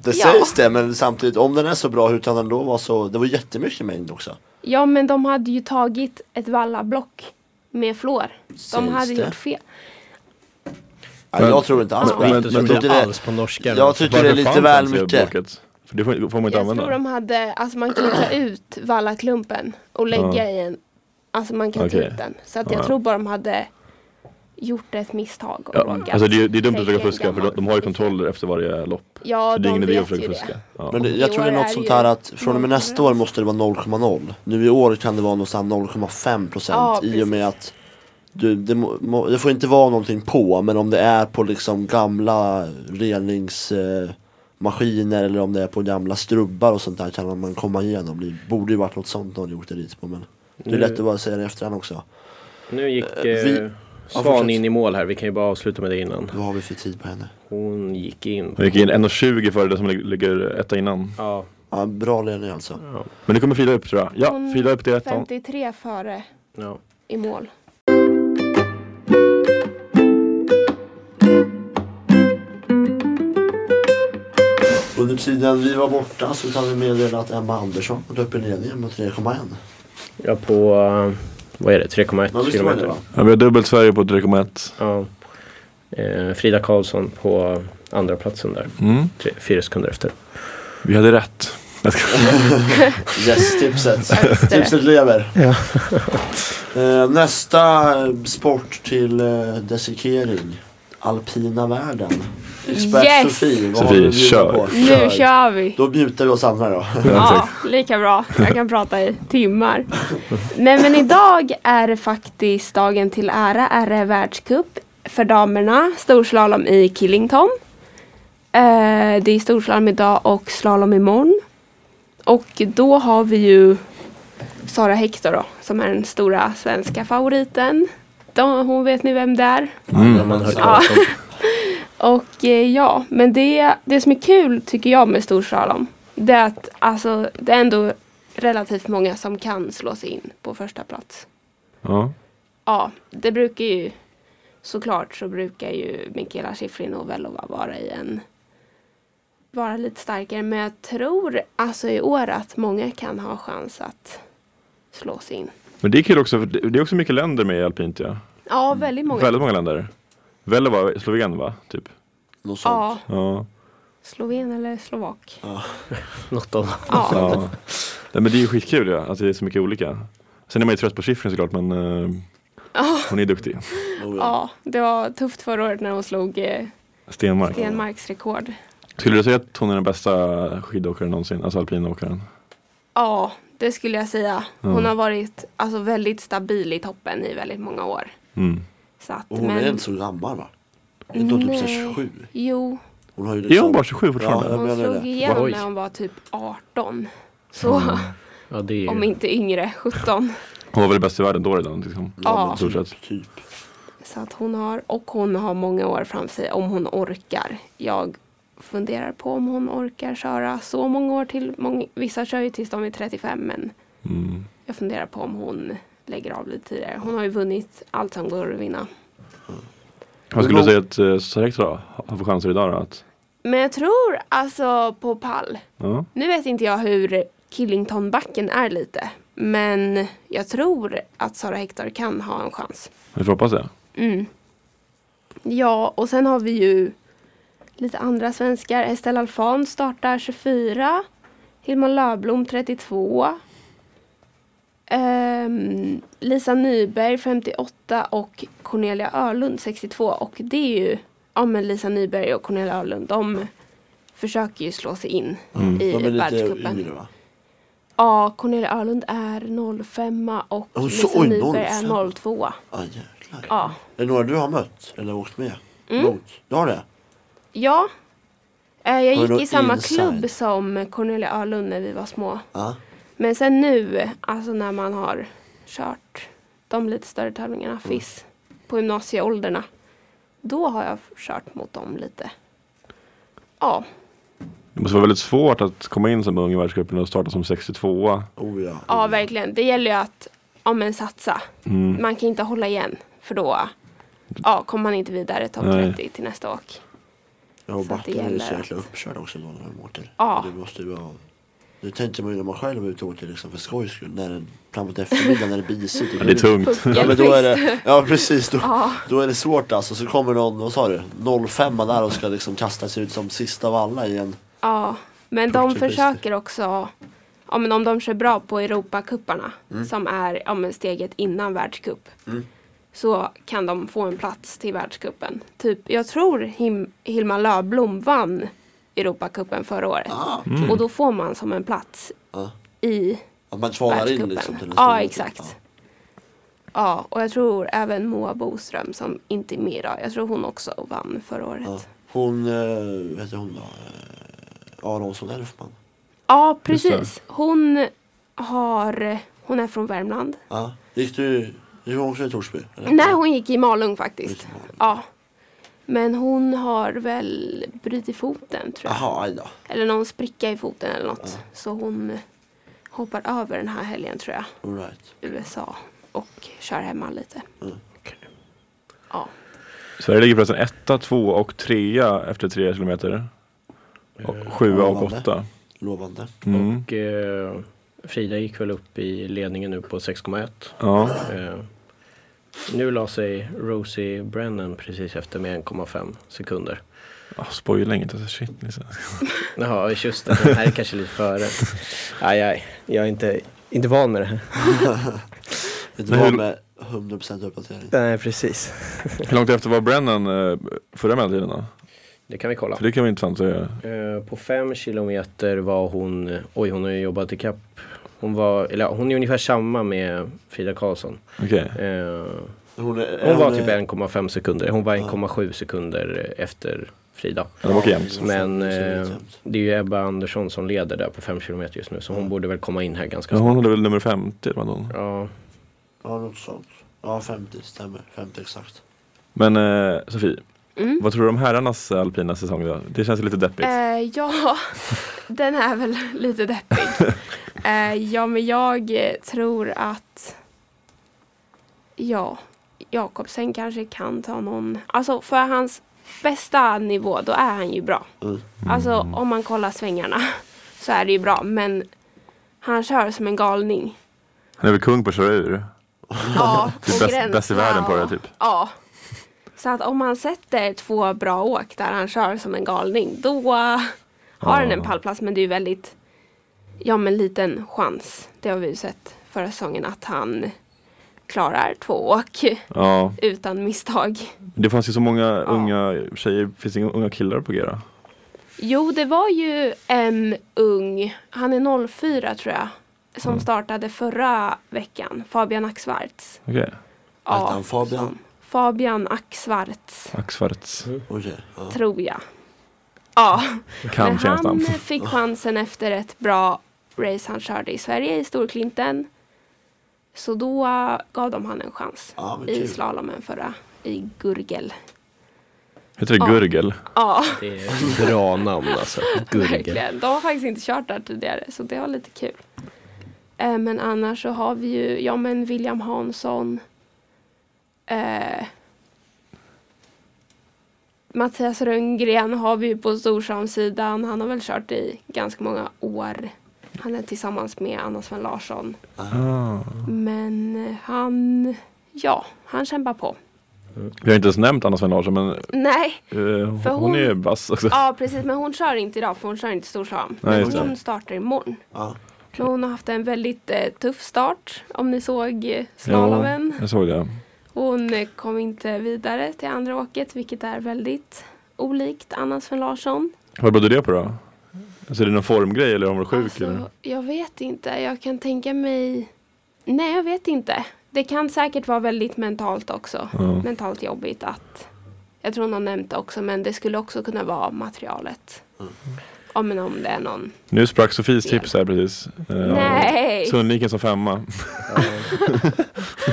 [SPEAKER 2] Det
[SPEAKER 5] Ja.
[SPEAKER 2] sägs det, men samtidigt om den är så bra, hur kan den då vara så, det var jättemycket mängd också.
[SPEAKER 5] Ja men de hade ju tagit ett vallablock med fluor. De
[SPEAKER 2] Sägs
[SPEAKER 5] hade
[SPEAKER 2] det?
[SPEAKER 5] gjort fel.
[SPEAKER 2] Ja,
[SPEAKER 4] Men-
[SPEAKER 2] jag tror inte alls på
[SPEAKER 4] men-
[SPEAKER 2] det.
[SPEAKER 4] men-
[SPEAKER 2] Jag
[SPEAKER 4] men-
[SPEAKER 2] tycker
[SPEAKER 4] tror
[SPEAKER 3] inte
[SPEAKER 2] det-
[SPEAKER 3] alls på norska.
[SPEAKER 2] Jag tycker det är
[SPEAKER 4] Varför
[SPEAKER 2] lite
[SPEAKER 4] fanns
[SPEAKER 2] väl
[SPEAKER 4] ens i
[SPEAKER 2] mycket.
[SPEAKER 4] blocket? För det får, får man inte
[SPEAKER 5] Jag tror
[SPEAKER 4] använda.
[SPEAKER 5] de hade, alltså man kan ju ta ut vallaklumpen och lägga i en, alltså man kan ta
[SPEAKER 4] Okej.
[SPEAKER 5] ut den. Så att jag
[SPEAKER 4] Ja.
[SPEAKER 5] tror bara de hade gjort ett misstag och
[SPEAKER 4] Ja,
[SPEAKER 5] råkat.
[SPEAKER 4] alltså det, är- det är dumt att
[SPEAKER 5] lägga
[SPEAKER 4] försöka
[SPEAKER 5] en
[SPEAKER 4] fuska för de,
[SPEAKER 5] gammal-
[SPEAKER 4] de har ju kontroller efter varje lopp.
[SPEAKER 5] Ja,
[SPEAKER 4] Så det är
[SPEAKER 5] de
[SPEAKER 4] ingen idé att
[SPEAKER 5] vet
[SPEAKER 4] försöka
[SPEAKER 5] ju
[SPEAKER 4] fuska.
[SPEAKER 5] det.
[SPEAKER 4] Ja.
[SPEAKER 2] Men det,
[SPEAKER 5] I
[SPEAKER 2] jag tror
[SPEAKER 5] år
[SPEAKER 2] det är något
[SPEAKER 5] är
[SPEAKER 2] sånt
[SPEAKER 5] ju
[SPEAKER 2] här att från och med nästa
[SPEAKER 5] 0,0.
[SPEAKER 2] år måste det vara 0,0. Nu i år kan det vara någonstans 0,5 procent
[SPEAKER 5] Ja,
[SPEAKER 2] i och
[SPEAKER 5] precis.
[SPEAKER 2] med att du, det, må, må, det får inte vara någonting på men om det är på liksom gamla reningsmaskiner eh, maskiner eller om det är på gamla strubbar och sånt där kan man komma igenom. Det borde ju varit något sånt någon gjort det dit på men det är
[SPEAKER 3] Nu-
[SPEAKER 2] lätt att bara säga det i efterhand också.
[SPEAKER 3] Nu gick eh,
[SPEAKER 2] vi- ja,
[SPEAKER 3] Svan
[SPEAKER 2] fortsätt.
[SPEAKER 3] in i mål här. Vi kan ju bara avsluta med det innan.
[SPEAKER 2] Vad har vi för tid på henne?
[SPEAKER 3] Hon gick in.
[SPEAKER 4] Vi gick in 1,20 före det som lig- ligger etta innan.
[SPEAKER 3] Ja.
[SPEAKER 2] Ja, bra ledning alltså.
[SPEAKER 4] Men det kommer fila upp tror jag. Ja,
[SPEAKER 5] Hon-
[SPEAKER 4] fila upp till ettan.
[SPEAKER 5] 53 före
[SPEAKER 3] ja.
[SPEAKER 5] i mål.
[SPEAKER 2] Under tiden vi var borta så kan vi meddela att Emma Andersson gått upp i ledningen med 3,1.
[SPEAKER 3] ja, på eh, vad är det? 3,1
[SPEAKER 2] Men visst var det
[SPEAKER 3] kilometer.
[SPEAKER 2] va?
[SPEAKER 4] Ja, vi har dubbelt Sverige på 3,1.
[SPEAKER 3] Ja. Eh, Frida Karlsson på andra platsen där.
[SPEAKER 4] Mm.
[SPEAKER 3] Tre, fyra sekunder efter.
[SPEAKER 4] Vi hade rätt. Jag ska-
[SPEAKER 2] Yes, tipset.
[SPEAKER 5] Just det.
[SPEAKER 2] tipset lever. Eh, nästa eh, sport till eh, dissekering. Alpina världen. Expert
[SPEAKER 5] Yes!
[SPEAKER 2] Sofie, vad har
[SPEAKER 4] Sofie,
[SPEAKER 2] du att bjuda
[SPEAKER 4] kör. Mm.
[SPEAKER 2] på?
[SPEAKER 5] Nu kör vi!
[SPEAKER 2] Då mutar vi oss andra då.
[SPEAKER 5] Ja, lika bra. Jag kan prata i timmar. Nej men idag är det faktiskt dagen till ära. Är det världscup för damerna. Storslalom i Killington. Eh, det är storslalom idag och slalom imorgon. Och då har vi ju Sara Hector då, som är den stora svenska favoriten. De, hon vet ni vem det är.
[SPEAKER 2] Mm.
[SPEAKER 5] Och eh, ja, men det, det som är kul tycker jag med storslalom, det är att alltså, det är ändå relativt många som kan slå sig in på första plats.
[SPEAKER 4] Ja.
[SPEAKER 5] Ja, det brukar ju såklart så brukar ju Mikaela Shiffrin och Velova vara i en vara lite starkare, men jag tror alltså i år att många kan ha chans att slå sig in.
[SPEAKER 4] Men det är kul också, för det det är också mycket länder med i alpint ja.
[SPEAKER 5] Ja, väldigt många.
[SPEAKER 4] Väldigt många länder. Velova, Sloven va? Typ.
[SPEAKER 2] Något sånt.
[SPEAKER 5] Ja,
[SPEAKER 4] Ja.
[SPEAKER 5] Sloven eller Slovak.
[SPEAKER 3] Något av
[SPEAKER 5] Ja,
[SPEAKER 4] ja. Nej, men det är ju skitkul ja, att det är så mycket olika. Sen är man ju trött på siffror såklart men eh, hon är duktig.
[SPEAKER 2] Oh, ja.
[SPEAKER 5] ja det var tufft förra året när hon slog eh,
[SPEAKER 4] Stenmark.
[SPEAKER 5] Stenmarks rekord.
[SPEAKER 4] Skulle du säga att hon är den bästa skidåkaren någonsin? Alltså alpinåkaren?
[SPEAKER 5] Ja, det skulle jag säga. Hon
[SPEAKER 4] Mm.
[SPEAKER 5] har varit alltså, väldigt stabil i toppen i väldigt många år.
[SPEAKER 4] Mm.
[SPEAKER 5] Så att,
[SPEAKER 2] Och hon är
[SPEAKER 5] men,
[SPEAKER 2] inte så gammal va? Är inte hon typ så här
[SPEAKER 5] Nej.
[SPEAKER 2] 27?
[SPEAKER 5] jo,
[SPEAKER 2] Hon har ju liksom
[SPEAKER 4] Är hon bara 27 fortfarande?
[SPEAKER 2] Ja, jag
[SPEAKER 5] hon
[SPEAKER 2] menar
[SPEAKER 5] slog
[SPEAKER 2] det.
[SPEAKER 5] igenom
[SPEAKER 3] Oj.
[SPEAKER 5] när hon var typ 18. Så
[SPEAKER 2] Mm.
[SPEAKER 3] Ja, det är ju...
[SPEAKER 5] om inte yngre, 17.
[SPEAKER 4] Hon var väl bäst i världen då redan? Liksom.
[SPEAKER 5] Ja.
[SPEAKER 4] I stort sett.
[SPEAKER 2] Typ.
[SPEAKER 5] Så att hon har, och hon har många år framför sig om hon orkar. Jag funderar på om hon orkar köra så många år till. Många, vissa kör ju tills de är 35 men
[SPEAKER 4] Mm.
[SPEAKER 5] jag funderar på om hon lägger av lite tidigare. Hon har ju vunnit allt som går att vinna.
[SPEAKER 4] Vad skulle du säga att eh, Sara Hector har för chanser idag då? Att,
[SPEAKER 5] Men jag tror alltså på pall.
[SPEAKER 4] ja.
[SPEAKER 5] Nu vet inte jag hur Killingtonbacken är lite. Men jag tror att Sara Hector kan ha en chans.
[SPEAKER 4] Vi får hoppas det.
[SPEAKER 5] Mm. Ja, och sen har vi ju lite andra svenskar. Estelle Alfan startar 24. Hilma Löblom 32. Ehm, Lisa Nyberg 58 och Cornelia Öhlund 62. Och det är ju, ja men Lisa Nyberg och Cornelia Öhlund, de försöker ju slå sig in i
[SPEAKER 2] De är lite
[SPEAKER 5] världscupen.
[SPEAKER 2] ur va?
[SPEAKER 5] Ja, Cornelia Öhlund är 05 och
[SPEAKER 2] Oh, så-
[SPEAKER 5] Lisa
[SPEAKER 2] oj,
[SPEAKER 5] Nyberg
[SPEAKER 2] 05.
[SPEAKER 5] är 02.
[SPEAKER 2] Ja jäklar.
[SPEAKER 5] Ja. Mm.
[SPEAKER 2] Är det några du har mött eller åkt med? Mot? Du har det?
[SPEAKER 5] ja. Eh,
[SPEAKER 2] Har
[SPEAKER 5] Jag
[SPEAKER 2] du
[SPEAKER 5] gick i
[SPEAKER 2] något
[SPEAKER 5] samma
[SPEAKER 2] inside?
[SPEAKER 5] klubb som Cornelia Öhlund när vi var små.
[SPEAKER 2] Ja.
[SPEAKER 5] Men sen nu, alltså när man har kört de lite större tävlingarna,
[SPEAKER 2] Mm.
[SPEAKER 5] FIS, på gymnasieålderna. Då har jag kört mot dem lite. Ja,
[SPEAKER 4] Det måste vara väldigt svårt att komma in som ung i världscupen och starta som 62a.
[SPEAKER 2] Oh ja.
[SPEAKER 5] ja verkligen. Det gäller ju att ja, men satsa.
[SPEAKER 2] Mm.
[SPEAKER 5] Man kan inte hålla igen för då ja, kommer man inte vidare topp
[SPEAKER 4] Nej.
[SPEAKER 5] 30 till nästa åk.
[SPEAKER 2] Ja, och
[SPEAKER 5] Så att det
[SPEAKER 2] backen är ju så
[SPEAKER 5] gäller
[SPEAKER 2] jäkla uppkörd också då när de åker.
[SPEAKER 5] Ja.
[SPEAKER 2] Det måste ju vara... Nu tänker man ju när man själv är ute och åker liksom för skojs skull. När den, framåt eftermiddagen när det blir isigt.
[SPEAKER 4] Ja, det är tungt.
[SPEAKER 5] Pucken.
[SPEAKER 2] Ja men då är det, ja precis, då, då är det svårt alltså. Så kommer någon, vad sa du, 05 där och ska liksom kasta sig ut som sista av alla i en
[SPEAKER 5] Ja, men de
[SPEAKER 2] Portugis.
[SPEAKER 5] försöker också, ja, men om de kör bra på Europacupparna
[SPEAKER 2] Mm.
[SPEAKER 5] som är ja, men steget innan världscup så kan de få en plats till världscupen. Typ, jag tror Him- Hilma Löfblom vann Europacupen förra året
[SPEAKER 2] Ah,
[SPEAKER 5] och då får man som en plats
[SPEAKER 2] Ja.
[SPEAKER 5] i
[SPEAKER 2] Att man kvalar in
[SPEAKER 5] världscupen.
[SPEAKER 2] liksom till den
[SPEAKER 5] ja,
[SPEAKER 2] stora-
[SPEAKER 5] exakt. Ja, och jag tror även Moa Boström som inte är med idag, jag tror hon också vann förra året.
[SPEAKER 2] Ja. Hon, eh, vad heter hon då? Eh, Aronsson Elfman.
[SPEAKER 5] Ja,
[SPEAKER 4] Just det.
[SPEAKER 5] precis. Hon har... Hon är från Värmland.
[SPEAKER 2] Ja. Gick du, gick hon också i Torsby? eller?
[SPEAKER 5] Nej, hon gick i Malung faktiskt.
[SPEAKER 2] Gick i Malung.
[SPEAKER 5] Ja. Men hon har väl brutit foten tror jag.
[SPEAKER 2] Jaha, aj då.
[SPEAKER 5] Eller någon spricka i foten eller något. Så hon hoppar över den här helgen tror jag.
[SPEAKER 2] All right.
[SPEAKER 5] USA. Och kör hemma lite.
[SPEAKER 4] Mm.
[SPEAKER 5] Ja.
[SPEAKER 4] Sverige ligger förresten etta, tvåa och trea efter tre kilometer. Och sjua och
[SPEAKER 2] lovande.
[SPEAKER 4] åtta.
[SPEAKER 2] Lovande.
[SPEAKER 4] Mm.
[SPEAKER 6] Och, eh, Frida gick väl upp i ledningen nu på 6,1.
[SPEAKER 4] Ja,
[SPEAKER 6] Eh, nu la sig Rosie Brennan precis efter med 1,5 sekunder.
[SPEAKER 4] oh, spoiler inget. Alltså, shit, liksom.
[SPEAKER 6] Jaha, just det. Den här är kanske lite före. Aj, aj. Jag är inte, inte van med det här.
[SPEAKER 2] Vet du
[SPEAKER 4] Men
[SPEAKER 2] vad
[SPEAKER 4] hur-
[SPEAKER 2] med 100% uppdatering?
[SPEAKER 6] Nej, precis.
[SPEAKER 4] Hur långt efter var Brennan eh, förra medeltiden då?
[SPEAKER 6] Det kan vi kolla.
[SPEAKER 4] För det kan vara intressant att göra.
[SPEAKER 6] Eh, På fem kilometer var hon, oj hon har ju jobbat ikapp. Hon var, eller ja, hon är ungefär samma med Frida Karlsson.
[SPEAKER 4] Okej.
[SPEAKER 6] Eh,
[SPEAKER 2] Hon, är,
[SPEAKER 6] Hon var
[SPEAKER 2] är-
[SPEAKER 6] typ 1,5 sekunder. Hon var 1,7 sekunder efter Frida.
[SPEAKER 4] Ja, det var jämnt.
[SPEAKER 6] Men
[SPEAKER 2] det ser
[SPEAKER 6] eh,
[SPEAKER 2] ut jämnt.
[SPEAKER 6] det är ju Ebba Andersson som leder där på 5 km just nu så hon borde väl komma in här ganska
[SPEAKER 4] Ja, hon
[SPEAKER 6] snart.
[SPEAKER 4] hade väl nummer 50 var hon.
[SPEAKER 6] Ja,
[SPEAKER 2] Ja, något sånt. Ja, 50 stämmer. 50 exakt.
[SPEAKER 4] Men eh, Sofie,
[SPEAKER 5] Mm.
[SPEAKER 4] vad tror du om herrarnas eh, alpina säsong då? Det känns lite deppigt.
[SPEAKER 5] Eh, ja, den är väl lite deppig. Eh, ja, men jag eh, tror att ja, Jakobsen kanske kan ta någon. Alltså för hans bästa nivå, då är han ju bra.
[SPEAKER 2] Mm.
[SPEAKER 5] Alltså om man kollar svängarna så är det ju bra, men han kör som en galning.
[SPEAKER 4] Han är väl kung på att köra ur.
[SPEAKER 5] Ja,
[SPEAKER 4] Typ
[SPEAKER 5] och
[SPEAKER 4] bäst-
[SPEAKER 5] gränserna
[SPEAKER 4] bäst i världen på det,
[SPEAKER 5] och-
[SPEAKER 4] typ.
[SPEAKER 5] Ja. Så att om han sätter två bra åk där han kör som en galning, då eh, har han en pallplats. Men det är ju väldigt, ja men liten chans. Det har vi ju sett förra säsongen att han klarar två åk
[SPEAKER 4] Ja,
[SPEAKER 5] utan misstag.
[SPEAKER 4] det fanns ju så många unga tjejer. Finns det inga unga killar på G då?
[SPEAKER 5] Jo, det var ju en ung, han är 04 tror jag, som
[SPEAKER 2] Mm.
[SPEAKER 5] startade förra veckan, Fabian Axvarts.
[SPEAKER 4] Okej,
[SPEAKER 5] Ja,
[SPEAKER 2] Hette han Fabian?
[SPEAKER 5] som- Fabian Axvarts,
[SPEAKER 4] Axvarts.
[SPEAKER 2] Okej. Ja.
[SPEAKER 5] tror jag. Ja,
[SPEAKER 4] Kan
[SPEAKER 5] men
[SPEAKER 4] kännas
[SPEAKER 5] han
[SPEAKER 4] namn.
[SPEAKER 5] fick chansen efter ett bra race han körde i Sverige i Storklinten. Så då eh, gav de han en chans
[SPEAKER 2] Ja, men
[SPEAKER 5] i
[SPEAKER 2] kul.
[SPEAKER 5] slalomen förra, i Gurgel.
[SPEAKER 4] Heter det Gurgel?
[SPEAKER 5] Ja,
[SPEAKER 6] det är bra namn alltså. Gurgel.
[SPEAKER 5] verkligen. De har faktiskt inte kört där tidigare så det var lite kul. Eh, men annars så har vi ju, ja men William Hansson. Eh, Mattias Rönngren har vi ju på Storshamnssidan. Han har väl kört i ganska många år. Han är tillsammans med Anna Sven Larsson.
[SPEAKER 4] Ah.
[SPEAKER 5] Men eh, han, ja, han kämpar på.
[SPEAKER 4] Vi har inte ens nämnt Anna Sven Larsson men
[SPEAKER 5] Nej,
[SPEAKER 4] eh, hon,
[SPEAKER 5] hon-
[SPEAKER 4] är ju vass också.
[SPEAKER 5] ja precis, men hon kör inte idag för hon kör inte Storshamn.
[SPEAKER 4] Nej,
[SPEAKER 5] Men
[SPEAKER 4] just det.
[SPEAKER 5] hon startar imorgon.
[SPEAKER 2] Ja.
[SPEAKER 5] Men hon har haft en väldigt eh, tuff start om ni såg eh,
[SPEAKER 4] Ja,
[SPEAKER 5] slalomen.
[SPEAKER 4] jag såg det.
[SPEAKER 5] Hon eh, kom inte vidare till andra åket vilket är väldigt olikt Anna Sven Larsson.
[SPEAKER 4] Vad berodde det på då? Alltså är det någon formgrej eller om du var sjuk? eller?
[SPEAKER 5] Alltså, jag vet inte. Jag kan tänka mig... Nej, jag vet inte. Det kan säkert vara väldigt mentalt också.
[SPEAKER 4] Ja.
[SPEAKER 5] Mentalt jobbigt att... Jag tror någon nämnt det också, men det skulle också kunna vara materialet.
[SPEAKER 6] Mm.
[SPEAKER 5] Ja, men om det är någon...
[SPEAKER 4] Nu sprack Sofies tips här precis. Eh,
[SPEAKER 5] Nej!
[SPEAKER 4] Sundviken som femma.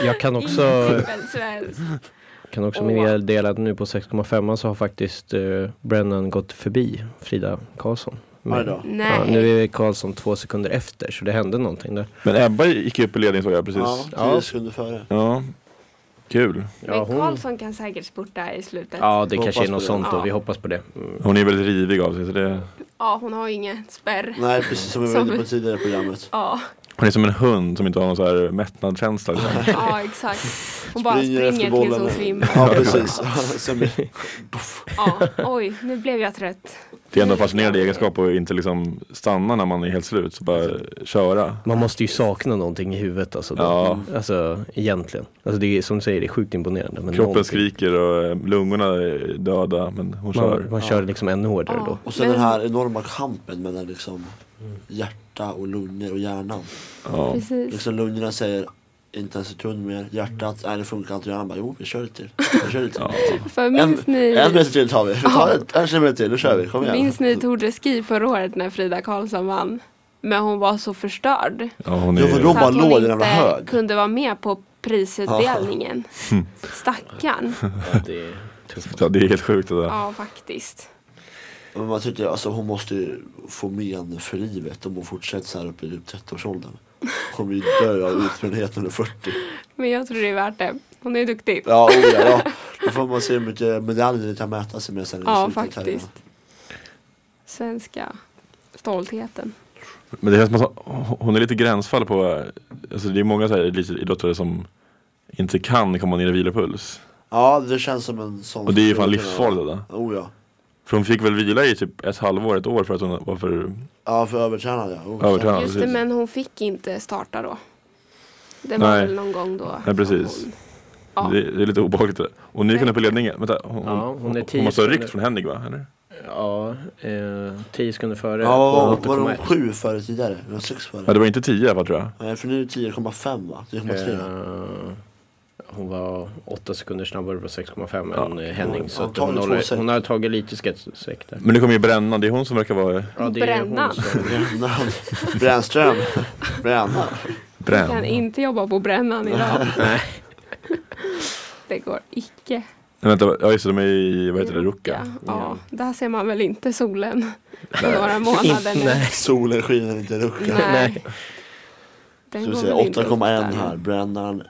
[SPEAKER 6] Jag kan också,
[SPEAKER 5] Svenskt.
[SPEAKER 6] kan också
[SPEAKER 5] Åh.
[SPEAKER 6] meddela att nu på 6,5 så har faktiskt eh, Brennan gått förbi Frida Karlsson.
[SPEAKER 2] Oj då.
[SPEAKER 6] ja,
[SPEAKER 5] Nej.
[SPEAKER 6] nu är Karlsson två sekunder efter så det hände någonting där.
[SPEAKER 4] Men Ebba gick upp i ledning såg jag
[SPEAKER 2] Ja,
[SPEAKER 4] precis.
[SPEAKER 2] tio
[SPEAKER 6] Ja.
[SPEAKER 2] sekunder före.
[SPEAKER 4] Ja. Kul.
[SPEAKER 6] Ja,
[SPEAKER 5] Men
[SPEAKER 6] hon-
[SPEAKER 5] Karlsson kan säkert spurta i slutet. Ja.
[SPEAKER 6] Ja det
[SPEAKER 2] Hoppas
[SPEAKER 6] kanske är
[SPEAKER 2] på
[SPEAKER 6] något
[SPEAKER 2] det.
[SPEAKER 6] sånt då,
[SPEAKER 5] Ja.
[SPEAKER 6] vi hoppas på det. Mm.
[SPEAKER 4] Hon är väldigt rivig av sig. Så det...
[SPEAKER 5] hon har ju ingen spärr.
[SPEAKER 2] Nej, precis som vi var
[SPEAKER 5] Som-
[SPEAKER 2] inne på tidigare i programmet.
[SPEAKER 5] Ja,
[SPEAKER 4] Hon är som en hund som inte har någon så här mättnadskänsla. liksom.
[SPEAKER 5] ja exakt. Hon bara
[SPEAKER 2] Springer
[SPEAKER 5] springer
[SPEAKER 2] efter
[SPEAKER 5] tills
[SPEAKER 2] bollen.
[SPEAKER 5] hon svimmar.
[SPEAKER 2] Ja, precis. Sen,
[SPEAKER 5] Ja, oj, nu blev jag trött.
[SPEAKER 4] Det är ändå en fascinerande egenskap att inte liksom stanna när man är helt slut. Så bara köra.
[SPEAKER 6] Man måste ju sakna någonting i huvudet alltså. Då.
[SPEAKER 4] Ja.
[SPEAKER 6] Alltså egentligen. Alltså det är som du säger, det är sjukt imponerande. Men
[SPEAKER 4] Kroppen
[SPEAKER 6] någonting-
[SPEAKER 4] skriker och eh, lungorna är döda men hon kör.
[SPEAKER 6] Man, man kör liksom ännu hårdare
[SPEAKER 5] Ja.
[SPEAKER 6] då.
[SPEAKER 2] och sen
[SPEAKER 5] Men-
[SPEAKER 2] den här enorma kampen mellan liksom hjärta och lungor och hjärnan.
[SPEAKER 4] Ja.
[SPEAKER 5] Precis.
[SPEAKER 2] Liksom lungorna säger inte en sekund mer. Hjärtat, nej det funkar inte. Hjärnan bara, jo vi kör lite till. Vi kör lite till.
[SPEAKER 5] För
[SPEAKER 2] En,
[SPEAKER 5] minns ni...
[SPEAKER 2] en meter till tar vi. Vi tar ett, en kilometer till, nu kör vi. Kom igen.
[SPEAKER 5] Minns ni Tour de Ski förra året när Frida Karlsson vann? Men hon var så förstörd.
[SPEAKER 4] Ja, hon
[SPEAKER 2] Ja, för
[SPEAKER 4] är...
[SPEAKER 2] då- bara låg i
[SPEAKER 5] inte
[SPEAKER 2] den jävla hög.
[SPEAKER 5] kunde vara med på prisutdelningen. Stackarn.
[SPEAKER 6] Det är tufft.
[SPEAKER 4] Ja, det är helt sjukt det där.
[SPEAKER 5] Ja, faktiskt.
[SPEAKER 2] Men man tycker alltså hon måste ju få men för livet om hon fortsätter så här uppe i 30-årsåldern. Hon kommer ju dö av utbrändhet när hon är 40.
[SPEAKER 5] Men jag tror det är värt det. Hon är duktig.
[SPEAKER 2] Ja, oh ja, ja. Då får man se hur mycket medaljer det kan mäta sig med sen i
[SPEAKER 5] Ja,
[SPEAKER 2] slutet här.
[SPEAKER 5] faktiskt. Svenska stoltheten.
[SPEAKER 4] Men det känns som att hon är lite gränsfall på, alltså det är många så här elitidrottare som inte kan komma ner i vilopuls.
[SPEAKER 2] Ja, det känns som en sån.
[SPEAKER 4] Och det är ju fan livsfarligt det där.
[SPEAKER 2] Oh ja.
[SPEAKER 4] För hon fick väl vila i typ ett halvår, ett år för att hon var för
[SPEAKER 2] Ja, för övertränad ja. Oh,
[SPEAKER 4] övertränad.
[SPEAKER 5] Just det,
[SPEAKER 4] precis.
[SPEAKER 5] men hon fick inte starta då. Det var
[SPEAKER 4] Nej.
[SPEAKER 5] väl någon gång då.
[SPEAKER 4] Nej, precis.
[SPEAKER 5] som Hon,
[SPEAKER 4] det,
[SPEAKER 5] ja,
[SPEAKER 4] är, det är lite obehagligt det där. Och nu kan upp i ledningen, vänta, hon,
[SPEAKER 6] Ja, hon är
[SPEAKER 4] hon, hon
[SPEAKER 6] tio
[SPEAKER 4] måste ha
[SPEAKER 6] sekunder.
[SPEAKER 4] ryckt från Henrik va? Eller?
[SPEAKER 6] Ja, eh, tio sekunder före.
[SPEAKER 2] Ja,
[SPEAKER 6] på
[SPEAKER 2] var de
[SPEAKER 6] 8,1.
[SPEAKER 2] sju före tidigare? Det var sex
[SPEAKER 4] Ja
[SPEAKER 2] före?
[SPEAKER 4] det var inte tio i alla fall tror jag.
[SPEAKER 2] Nej, för nu är det 10,5 va? 10,3
[SPEAKER 6] Eh, hon var åtta sekunder snabbare på 6,5 än
[SPEAKER 4] Ja.
[SPEAKER 6] eh, Henning. Så
[SPEAKER 2] Ja,
[SPEAKER 6] att
[SPEAKER 2] tar
[SPEAKER 6] hon,
[SPEAKER 2] det två
[SPEAKER 6] håller,
[SPEAKER 2] sek-
[SPEAKER 6] hon har tagit lite skett- säck där.
[SPEAKER 4] Men nu kommer ju Bränna, det är hon som verkar vara
[SPEAKER 6] Ja, det är hon
[SPEAKER 5] Brännan.
[SPEAKER 6] som,
[SPEAKER 2] Brännan. Brännström. Brännan.
[SPEAKER 5] hon kan
[SPEAKER 4] Bränna.
[SPEAKER 5] inte jobba på brännan idag.
[SPEAKER 6] Nej.
[SPEAKER 5] det går icke.
[SPEAKER 4] Nej, vänta, ja just det, de är i, vad heter det, Ruka?
[SPEAKER 5] Ja, där ser man väl inte solen på några månader nu.
[SPEAKER 6] Nej.
[SPEAKER 2] Solen skiner inte i luckan.
[SPEAKER 5] Nej.
[SPEAKER 6] Nej.
[SPEAKER 5] Den
[SPEAKER 2] Ska vi
[SPEAKER 5] går
[SPEAKER 2] säga
[SPEAKER 5] väl inte upp
[SPEAKER 2] 8,1
[SPEAKER 5] där.
[SPEAKER 2] här. Brännan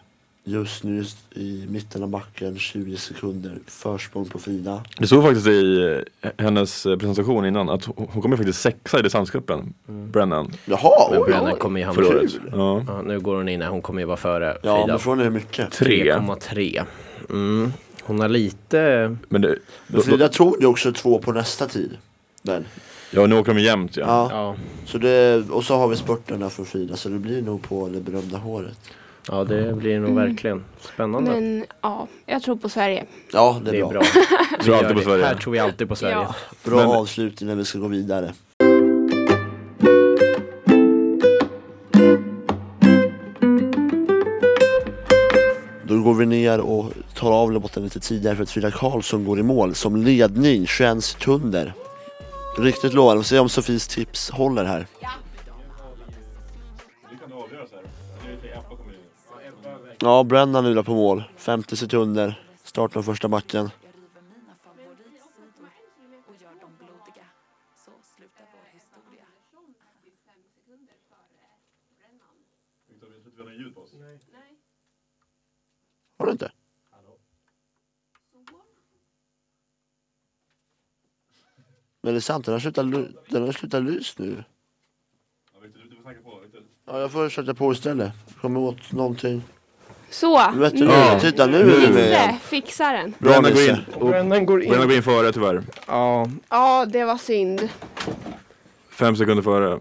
[SPEAKER 2] just nu i mitten av backen 20 sekunder försprång på Frida.
[SPEAKER 4] Det stod faktiskt i eh, hennes eh, presentation innan att hon hon kom ju faktiskt sexa i distanscupen, Brennan,
[SPEAKER 2] Jaha!
[SPEAKER 6] Mm. Men
[SPEAKER 2] oj.
[SPEAKER 6] Brennan kommer ju
[SPEAKER 4] förra
[SPEAKER 6] hamna...
[SPEAKER 4] året. Ja.
[SPEAKER 6] Ja, nu går hon in här, hon kommer ju vara före
[SPEAKER 2] Ja, men
[SPEAKER 6] Frida.
[SPEAKER 2] frågan är hur mycket.
[SPEAKER 4] Tre.
[SPEAKER 6] 3,3. Mm. Hon har lite...
[SPEAKER 4] Men det,
[SPEAKER 2] Men
[SPEAKER 4] då,
[SPEAKER 2] Frida
[SPEAKER 4] då,
[SPEAKER 2] tog ju också två på nästa tid. Väl?
[SPEAKER 4] ja, nu åker de ju jämnt ja.
[SPEAKER 2] Ja.
[SPEAKER 6] Ja,
[SPEAKER 2] Så det, och så har vi sporten där för Frida, så det blir nog på det berömda håret.
[SPEAKER 6] ja det blir nog verkligen spännande.
[SPEAKER 5] Mm. Men ja, jag tror på Sverige.
[SPEAKER 2] Ja, det är,
[SPEAKER 6] det är
[SPEAKER 2] bra.
[SPEAKER 6] bra. Vi
[SPEAKER 4] Tror
[SPEAKER 6] gör
[SPEAKER 4] alltid på
[SPEAKER 6] det.
[SPEAKER 4] Sverige.
[SPEAKER 6] Här tror vi alltid på Sverige.
[SPEAKER 5] Ja.
[SPEAKER 2] Bra
[SPEAKER 4] Men-
[SPEAKER 2] avslutning när vi ska gå vidare. Då går vi ner och tar av Lobotten lite tidigare för att Frida Karlsson går i mål som ledning 21 sekunder. Riktigt lovande. Vi får se om Sofies tips håller här. Ja, Brennan lurar på mål. 50 sekunder. Starten av första backen.
[SPEAKER 7] Jag river mina favoritsidor och gör dem blodiga. Så slutar vår historia.
[SPEAKER 2] Har du inte? Men det är sant, den har slutat, lu- den har slutat lys nu. Ja, jag får sätta på istället. Kommer åt någonting.
[SPEAKER 5] Så,
[SPEAKER 2] Du vet du,
[SPEAKER 5] nu
[SPEAKER 2] titta nu är du med igen.
[SPEAKER 5] Nisse fixar den.
[SPEAKER 2] Bra
[SPEAKER 4] Brennan går in,
[SPEAKER 2] Nisse.
[SPEAKER 4] och,
[SPEAKER 6] Brennan går
[SPEAKER 4] Brennan går in före tyvärr,
[SPEAKER 6] Ja,
[SPEAKER 5] Ja, det var synd.
[SPEAKER 4] fem sekunder före.
[SPEAKER 6] Ah.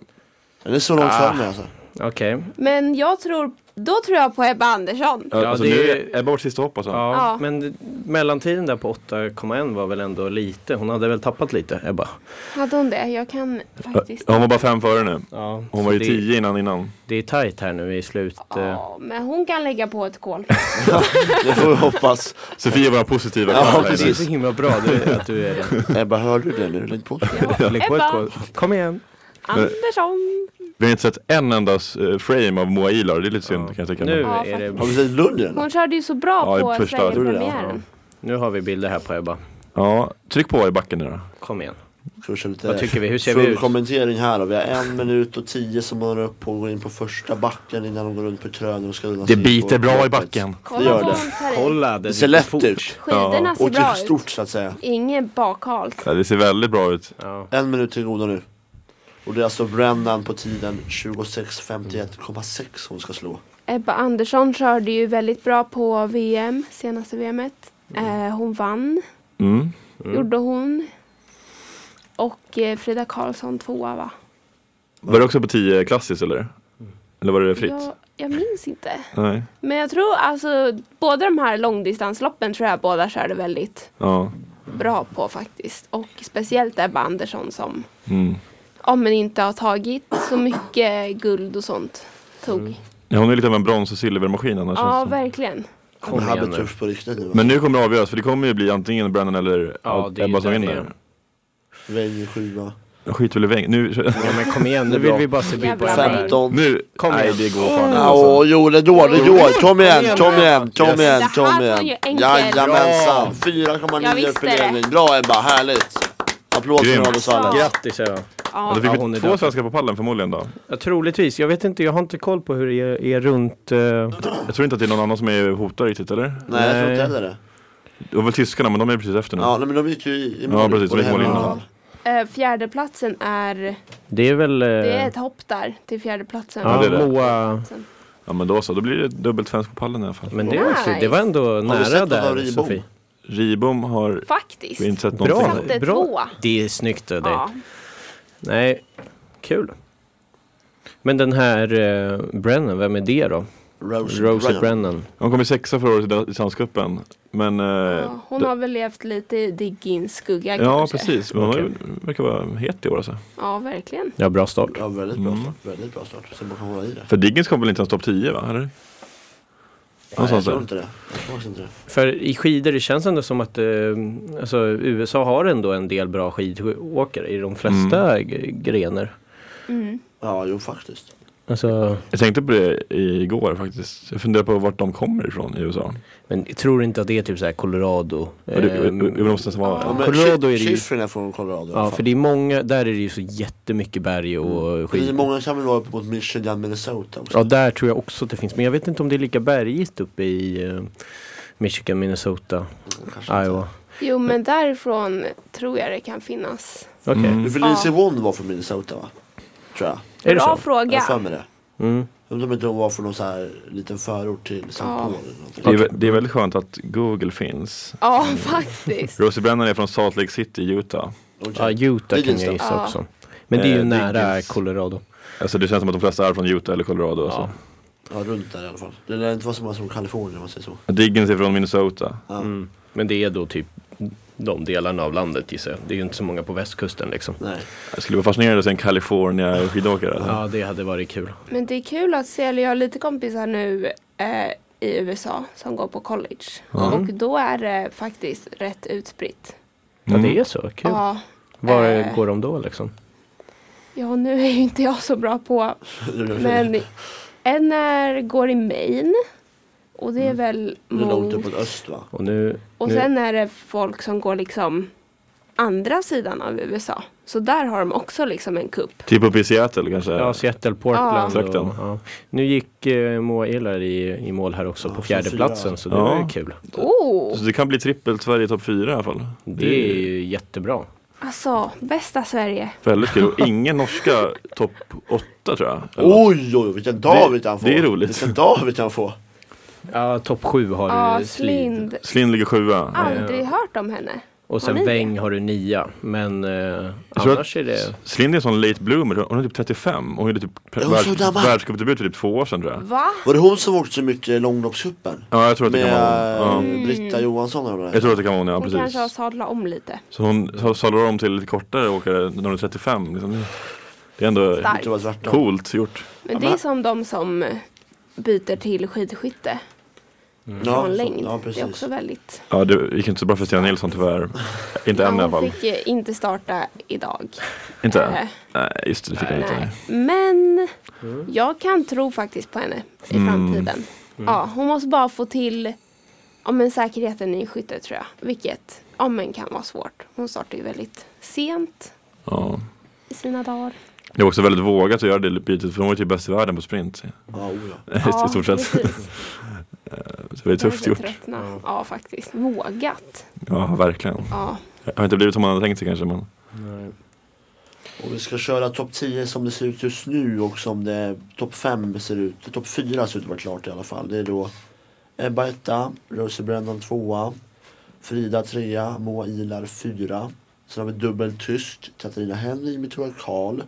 [SPEAKER 2] Den är så långt framme alltså.
[SPEAKER 6] Okej.
[SPEAKER 5] Men jag tror, då tror jag på Ebba Andersson.
[SPEAKER 4] Ja,
[SPEAKER 6] Ja,
[SPEAKER 4] alltså,
[SPEAKER 6] det-
[SPEAKER 4] Nu är Ebba vårt sista hopp alltså.
[SPEAKER 6] Ja,
[SPEAKER 5] Ja.
[SPEAKER 6] men det- mellantiden där på 8,1 var väl ändå lite. Hon hade väl tappat lite, Ebba.
[SPEAKER 5] Hade hon det? Jag kan faktiskt
[SPEAKER 4] Hon var bara fem före nu.
[SPEAKER 6] Ja,
[SPEAKER 4] Hon var ju
[SPEAKER 6] det,
[SPEAKER 4] tio innan innan.
[SPEAKER 6] Det är tajt här nu i slut. eh,
[SPEAKER 5] Ja, men hon kan lägga på ett kol.
[SPEAKER 2] Det får vi hoppas.
[SPEAKER 4] Sofia var den positiva.
[SPEAKER 2] Ja,
[SPEAKER 4] kanske.
[SPEAKER 2] precis.
[SPEAKER 6] Det är så himla bra du, att du är det.
[SPEAKER 2] Ebba, hör du det nu? Lägg på.
[SPEAKER 6] Lägg på ett
[SPEAKER 5] Ebba.
[SPEAKER 6] kol. Kom igen.
[SPEAKER 5] Andersson!
[SPEAKER 4] Vi har inte sett en enda eh, frame av Moa Ilar. Det är lite synd kan jag tycka.
[SPEAKER 6] Nu
[SPEAKER 5] Ja,
[SPEAKER 6] är det
[SPEAKER 2] Har vi sett Lundgren?
[SPEAKER 5] Hon körde ju så bra
[SPEAKER 4] Ja, i
[SPEAKER 5] på
[SPEAKER 4] första,
[SPEAKER 5] Sverigepremiären.
[SPEAKER 6] Nu har vi bilder här på Ebba.
[SPEAKER 4] Ja, tryck på i backen nu då.
[SPEAKER 6] Kom igen.
[SPEAKER 2] Ska vi köra lite
[SPEAKER 6] Vad tycker vi? Hur ser
[SPEAKER 2] full
[SPEAKER 6] vi ut?
[SPEAKER 2] kommentering här då. Vi har en minut och tio som håller upp på att gå in på första backen innan de går runt på krönor och ska unna sig på loppet. Det
[SPEAKER 5] Kolla
[SPEAKER 2] gör
[SPEAKER 5] vad
[SPEAKER 2] det.
[SPEAKER 5] hon tar i.
[SPEAKER 6] Kolla.
[SPEAKER 2] Det ser lätt ut.
[SPEAKER 5] Skidorna ser
[SPEAKER 2] Och
[SPEAKER 5] bra
[SPEAKER 2] till
[SPEAKER 5] ut.
[SPEAKER 2] stort så att säga.
[SPEAKER 5] Inget bakhalt.
[SPEAKER 4] Ja, det ser väldigt bra ut.
[SPEAKER 6] Ja.
[SPEAKER 2] En minut till godo nu. Och det är alltså Brennan på tiden 26.51,6 hon ska slå.
[SPEAKER 5] Ebba Andersson körde ju väldigt bra på VM, senaste VMet. Eh, hon vann,
[SPEAKER 4] Mm.
[SPEAKER 5] gjorde hon. Och eh, Frida Karlsson tvåa va?
[SPEAKER 4] Var det också på 10 klassiskt eller? Eller var det fritt?
[SPEAKER 5] Jag, jag minns inte.
[SPEAKER 4] Nej.
[SPEAKER 5] Men jag tror alltså båda de här långdistansloppen tror jag båda körde väldigt
[SPEAKER 4] Ja.
[SPEAKER 5] bra på faktiskt. Och speciellt Ebba Andersson som
[SPEAKER 4] Mm.
[SPEAKER 5] om men inte har tagit så mycket guld och sånt. Tog.
[SPEAKER 4] Ja, hon är lite av en brons och silvermaskin annars.
[SPEAKER 5] Ja,
[SPEAKER 4] Mm. känns det som.
[SPEAKER 5] verkligen.
[SPEAKER 2] det
[SPEAKER 6] Kom
[SPEAKER 2] här
[SPEAKER 6] igen
[SPEAKER 2] blir
[SPEAKER 6] nu.
[SPEAKER 2] tufft på riktigt nu.
[SPEAKER 4] Men
[SPEAKER 2] Men...
[SPEAKER 4] nu kommer det avgöras för det kommer ju bli antingen Brennan eller
[SPEAKER 6] Ja, det är ju
[SPEAKER 4] Ebba som
[SPEAKER 6] där
[SPEAKER 4] vinner.
[SPEAKER 2] Wayne sjua.
[SPEAKER 4] Jag skiter väl i väng. Nu,
[SPEAKER 6] Ja, men kom igen. Nu vill vi bara se bild på
[SPEAKER 5] Jävlar.
[SPEAKER 6] Ebba. här.
[SPEAKER 2] 15.
[SPEAKER 4] nu.
[SPEAKER 6] Kom
[SPEAKER 4] Nej,
[SPEAKER 6] igen.
[SPEAKER 4] det går fan inte.
[SPEAKER 2] Ja,
[SPEAKER 4] Alltså.
[SPEAKER 2] jo det går, det går. Kom igen, kom igen, kom
[SPEAKER 4] Yes.
[SPEAKER 2] igen,
[SPEAKER 5] Det
[SPEAKER 2] kom
[SPEAKER 5] här var
[SPEAKER 2] igen.
[SPEAKER 5] ju enkelt.
[SPEAKER 2] Jajamensan,
[SPEAKER 5] Jag
[SPEAKER 2] 4,9
[SPEAKER 5] visste
[SPEAKER 2] fördelning. Bra Ebba, härligt. Applåd för
[SPEAKER 4] Grymt.
[SPEAKER 2] Radosvallen.
[SPEAKER 6] Grattis Ebba.
[SPEAKER 4] Ja, då
[SPEAKER 5] Ja.
[SPEAKER 4] fick
[SPEAKER 6] hon
[SPEAKER 4] vi
[SPEAKER 6] är
[SPEAKER 4] två
[SPEAKER 6] död.
[SPEAKER 4] svenskar på pallen förmodligen då.
[SPEAKER 6] Ja, troligtvis. Jag vet inte. Jag har inte koll på hur det är, är runt. eh,
[SPEAKER 4] Jag tror inte att det är någon annan som är hotad riktigt eller?
[SPEAKER 2] Nej jag tror
[SPEAKER 6] Nej.
[SPEAKER 2] inte heller det.
[SPEAKER 4] Det var väl tyskarna men de är precis efter nu.
[SPEAKER 2] Ja nej, men de gick ju i, i mål.
[SPEAKER 4] Ja, precis, de
[SPEAKER 2] Både
[SPEAKER 4] gick mål
[SPEAKER 2] hemma och
[SPEAKER 4] innan.
[SPEAKER 2] hall.
[SPEAKER 5] Eh, Fjärdeplatsen är
[SPEAKER 6] Det är väl... eh,
[SPEAKER 5] Det är ett hopp där till fjärdeplatsen.
[SPEAKER 4] Ja,
[SPEAKER 6] Ja,
[SPEAKER 4] det är det.
[SPEAKER 6] Moa.
[SPEAKER 4] Ja men då så, då blir det dubbelt svensk på pallen i alla fall.
[SPEAKER 6] Men det, är också,
[SPEAKER 5] Nice.
[SPEAKER 6] det var ändå
[SPEAKER 2] Har vi sett
[SPEAKER 6] nära
[SPEAKER 2] något av
[SPEAKER 6] där,
[SPEAKER 2] Ribom?
[SPEAKER 6] Sofie.
[SPEAKER 4] Ribom har
[SPEAKER 5] Faktiskt.
[SPEAKER 4] vi har inte sett
[SPEAKER 6] Bra.
[SPEAKER 4] någonting.
[SPEAKER 5] Satte
[SPEAKER 6] Bra.
[SPEAKER 5] tvåa.
[SPEAKER 6] Det är snyggt av dig.
[SPEAKER 5] Ja.
[SPEAKER 6] Nej, kul. Men den här eh, Brennan, vem är det då?
[SPEAKER 2] Rose,
[SPEAKER 6] Rosie
[SPEAKER 2] Brennan.
[SPEAKER 6] Brennan.
[SPEAKER 4] Hon kom i sexa förra året i distanscupen. Men... eh,
[SPEAKER 5] Ja, hon
[SPEAKER 4] det-
[SPEAKER 5] har väl levt lite i Diggins skugga
[SPEAKER 4] Ja
[SPEAKER 5] kanske.
[SPEAKER 4] precis, men hon har ju-
[SPEAKER 6] Okej.
[SPEAKER 4] verkar vara het i år alltså.
[SPEAKER 5] Ja, verkligen.
[SPEAKER 6] Ja, bra start.
[SPEAKER 2] Ja väldigt bra
[SPEAKER 4] Mm.
[SPEAKER 2] start, väldigt bra start. Sen man kan hålla i det.
[SPEAKER 4] För Diggins kom väl inte ens topp 10 va? Eller?
[SPEAKER 2] Nej, jag
[SPEAKER 4] Någonstans
[SPEAKER 2] tror
[SPEAKER 4] där.
[SPEAKER 2] inte det. Jag tror faktiskt inte det.
[SPEAKER 6] För i skidor, det känns ändå som att eh, alltså, USA har ändå en del bra skidåkare i de flesta g- grenar.
[SPEAKER 5] Mm.
[SPEAKER 2] Ja jo faktiskt.
[SPEAKER 6] Alltså,
[SPEAKER 4] Jag tänkte på det igår faktiskt. Jag funderar på vart de kommer ifrån i USA.
[SPEAKER 6] men jag tror inte att det är typ så här Colorado?
[SPEAKER 4] Ja, det, det,
[SPEAKER 6] ehm,
[SPEAKER 4] det måste nästan vara...
[SPEAKER 2] Eh, Ja, men
[SPEAKER 6] Colorado är det ju-
[SPEAKER 2] Schifrin är från Colorado i alla
[SPEAKER 6] ja,
[SPEAKER 2] fall.
[SPEAKER 6] för det är många, där är det ju så jättemycket berg
[SPEAKER 4] Mm.
[SPEAKER 6] och
[SPEAKER 2] Det är
[SPEAKER 6] skidor.
[SPEAKER 2] många som vill vara uppe mot Michigan, Minnesota också.
[SPEAKER 6] Ja, där tror jag också att det finns. Men jag vet inte om det är lika bergigt uppe i eh, Michigan, Minnesota,
[SPEAKER 2] Kanske inte.
[SPEAKER 6] Iowa.
[SPEAKER 5] Jo, men därifrån tror jag det kan finnas.
[SPEAKER 6] Okej,
[SPEAKER 4] Mm.
[SPEAKER 2] Nu för Lizzie Won var från Minnesota va? Tror jag.
[SPEAKER 6] är det
[SPEAKER 5] Bra
[SPEAKER 6] så?
[SPEAKER 5] fråga.
[SPEAKER 2] Jag har för mig det.
[SPEAKER 6] Mm.
[SPEAKER 2] Undrar om inte hon var från någon så här liten förort till St.
[SPEAKER 5] Ja.
[SPEAKER 2] Paul eller någonting.
[SPEAKER 4] Det, är, vä- det är väldigt skönt att Google finns.
[SPEAKER 5] Ja, faktiskt.
[SPEAKER 4] Rosie Brennan är från Salt Lake City i Utah.
[SPEAKER 6] Ja,
[SPEAKER 2] Okej.
[SPEAKER 6] Utah kan
[SPEAKER 2] Diggins
[SPEAKER 6] jag
[SPEAKER 2] då?
[SPEAKER 6] gissa
[SPEAKER 5] Ja.
[SPEAKER 6] också. Men det är ju
[SPEAKER 4] Eh,
[SPEAKER 6] nära
[SPEAKER 4] Diggins.
[SPEAKER 6] Colorado.
[SPEAKER 4] Alltså det känns som att de flesta är från Utah eller Colorado. Alltså.
[SPEAKER 2] Ja, runt där i alla fall. Det lär inte vara så många som Kalifornien om man säger så.
[SPEAKER 4] Diggins är från Minnesota.
[SPEAKER 2] Ja.
[SPEAKER 6] Mm. Men det är då typ de delarna av landet gissar jag. Det är ju inte så många på västkusten liksom.
[SPEAKER 2] Nej.
[SPEAKER 4] Jag skulle vara fascinerad att se en California skidåkare. alltså.
[SPEAKER 6] Ja, det hade varit kul.
[SPEAKER 5] Men det är kul att se, eller jag har lite kompisar nu eh, i USA som går på college. Och då är det faktiskt rätt utspritt.
[SPEAKER 4] Mm.
[SPEAKER 6] Ja, det är så. Kul.
[SPEAKER 5] Ja.
[SPEAKER 6] Var
[SPEAKER 5] eh,
[SPEAKER 6] går de då liksom?
[SPEAKER 5] ja, nu är ju inte jag så bra på Men en är, går i Maine. Och det är väl
[SPEAKER 2] Det är långt
[SPEAKER 5] mot...
[SPEAKER 2] uppåt öst va?
[SPEAKER 6] Och nu...
[SPEAKER 5] Och
[SPEAKER 6] nu
[SPEAKER 5] sen är det folk som går liksom andra sidan av USA. Så där har de också liksom en kupp.
[SPEAKER 4] Typ uppe i Seattle kanske.
[SPEAKER 6] ja, Seattle, Portland.
[SPEAKER 4] Eh, Ja.
[SPEAKER 6] Och, ja. Nu gick eh, Moa Ehler i, i mål här också
[SPEAKER 2] Ja,
[SPEAKER 6] på
[SPEAKER 2] som
[SPEAKER 6] fjärdeplatsen
[SPEAKER 2] fyra.
[SPEAKER 6] så det
[SPEAKER 4] Ja.
[SPEAKER 6] var ju kul.
[SPEAKER 5] Oh!
[SPEAKER 4] Så det kan bli trippelt Sverige i topp 4 i alla fall.
[SPEAKER 6] Det är ju jättebra.
[SPEAKER 5] Alltså, bästa Sverige.
[SPEAKER 4] Väldigt kul. Och ingen norska topp 8 tror jag.
[SPEAKER 6] Oh!
[SPEAKER 4] Eller något.
[SPEAKER 2] Oj, oj, vilken David han får!
[SPEAKER 4] det är roligt.
[SPEAKER 2] Vilken David han får!
[SPEAKER 6] Ja, topp sju har
[SPEAKER 5] Ja,
[SPEAKER 6] Slid.
[SPEAKER 5] Slind.
[SPEAKER 4] Slinn ligger sjua.
[SPEAKER 6] Ah,
[SPEAKER 5] Aldrig hört om henne.
[SPEAKER 6] Och sen
[SPEAKER 5] ni det?
[SPEAKER 6] Weng har du nia. Men eh,
[SPEAKER 4] Jag tror
[SPEAKER 6] annars är det...
[SPEAKER 4] att Slind är en sån late bloomer, hon är typ 35. Hon gjorde typ
[SPEAKER 2] hon så
[SPEAKER 4] världs-
[SPEAKER 2] gammal.
[SPEAKER 4] världscupdebut för typ två år sedan tror jag.
[SPEAKER 5] Va?
[SPEAKER 2] Var det hon som åkte så mycket i långloppscupen?
[SPEAKER 4] Ja, jag tror att det
[SPEAKER 2] Med
[SPEAKER 4] kan vara hon. Ja.
[SPEAKER 2] eh,
[SPEAKER 5] Mm.
[SPEAKER 2] Britta Johansson eller vad det
[SPEAKER 4] Jag
[SPEAKER 2] är.
[SPEAKER 4] tror att det kan vara hon, ja
[SPEAKER 5] Hon kanske har
[SPEAKER 4] precis.
[SPEAKER 5] sadlat om lite.
[SPEAKER 4] Så hon sa- sadlar om till lite kortare åkare när hon är 35. Liksom. Det är ändå
[SPEAKER 5] Starkt.
[SPEAKER 2] Det tror jag var tvärtom.
[SPEAKER 4] coolt gjort.
[SPEAKER 5] Men det är som de som eh, byter till skidskytte
[SPEAKER 2] Ja,
[SPEAKER 5] från längd.
[SPEAKER 2] ja,
[SPEAKER 5] det är
[SPEAKER 2] precis.
[SPEAKER 5] också väldigt...
[SPEAKER 4] Ja, det gick inte så bra för Stina Nilsson tyvärr. Inte än i alla
[SPEAKER 5] hon
[SPEAKER 4] fall.
[SPEAKER 5] fick eh, inte starta idag.
[SPEAKER 4] Inte?
[SPEAKER 5] Nej.
[SPEAKER 4] Nej, just det, det fick hon inte. Mm. nej.
[SPEAKER 5] Men jag kan tro faktiskt på henne i
[SPEAKER 4] Mm.
[SPEAKER 5] framtiden. Ja, hon måste bara få till ja, men säkerheten i skyttet tror jag. Vilket ja, men kan vara svårt. Hon startar ju väldigt sent
[SPEAKER 4] Ja.
[SPEAKER 5] i sina dagar.
[SPEAKER 4] Det var också väldigt vågat att göra det bytet för hon var ju typ bäst i världen på sprint.
[SPEAKER 2] Ja, oja.
[SPEAKER 4] I stort sett. Så
[SPEAKER 5] precis.
[SPEAKER 4] det är tufft
[SPEAKER 5] Jag
[SPEAKER 4] gjort.
[SPEAKER 5] börjar Tröttna. Ja, faktiskt. Vågat.
[SPEAKER 4] Ja, verkligen.
[SPEAKER 5] Ja.
[SPEAKER 4] Det har inte blivit som man hade tänkt sig kanske. Men...
[SPEAKER 2] Och vi ska köra topp 10 som det ser ut just nu och som det topp 5 ser ut. Topp 4 ser ut att vara klart i alla fall. Det är då Ebba etta, Rosie Brennan tvåa, Frida trea, Moa Ilar fyra. Sen har vi dubbeltysk, Katarina Henry, Mitura Karl,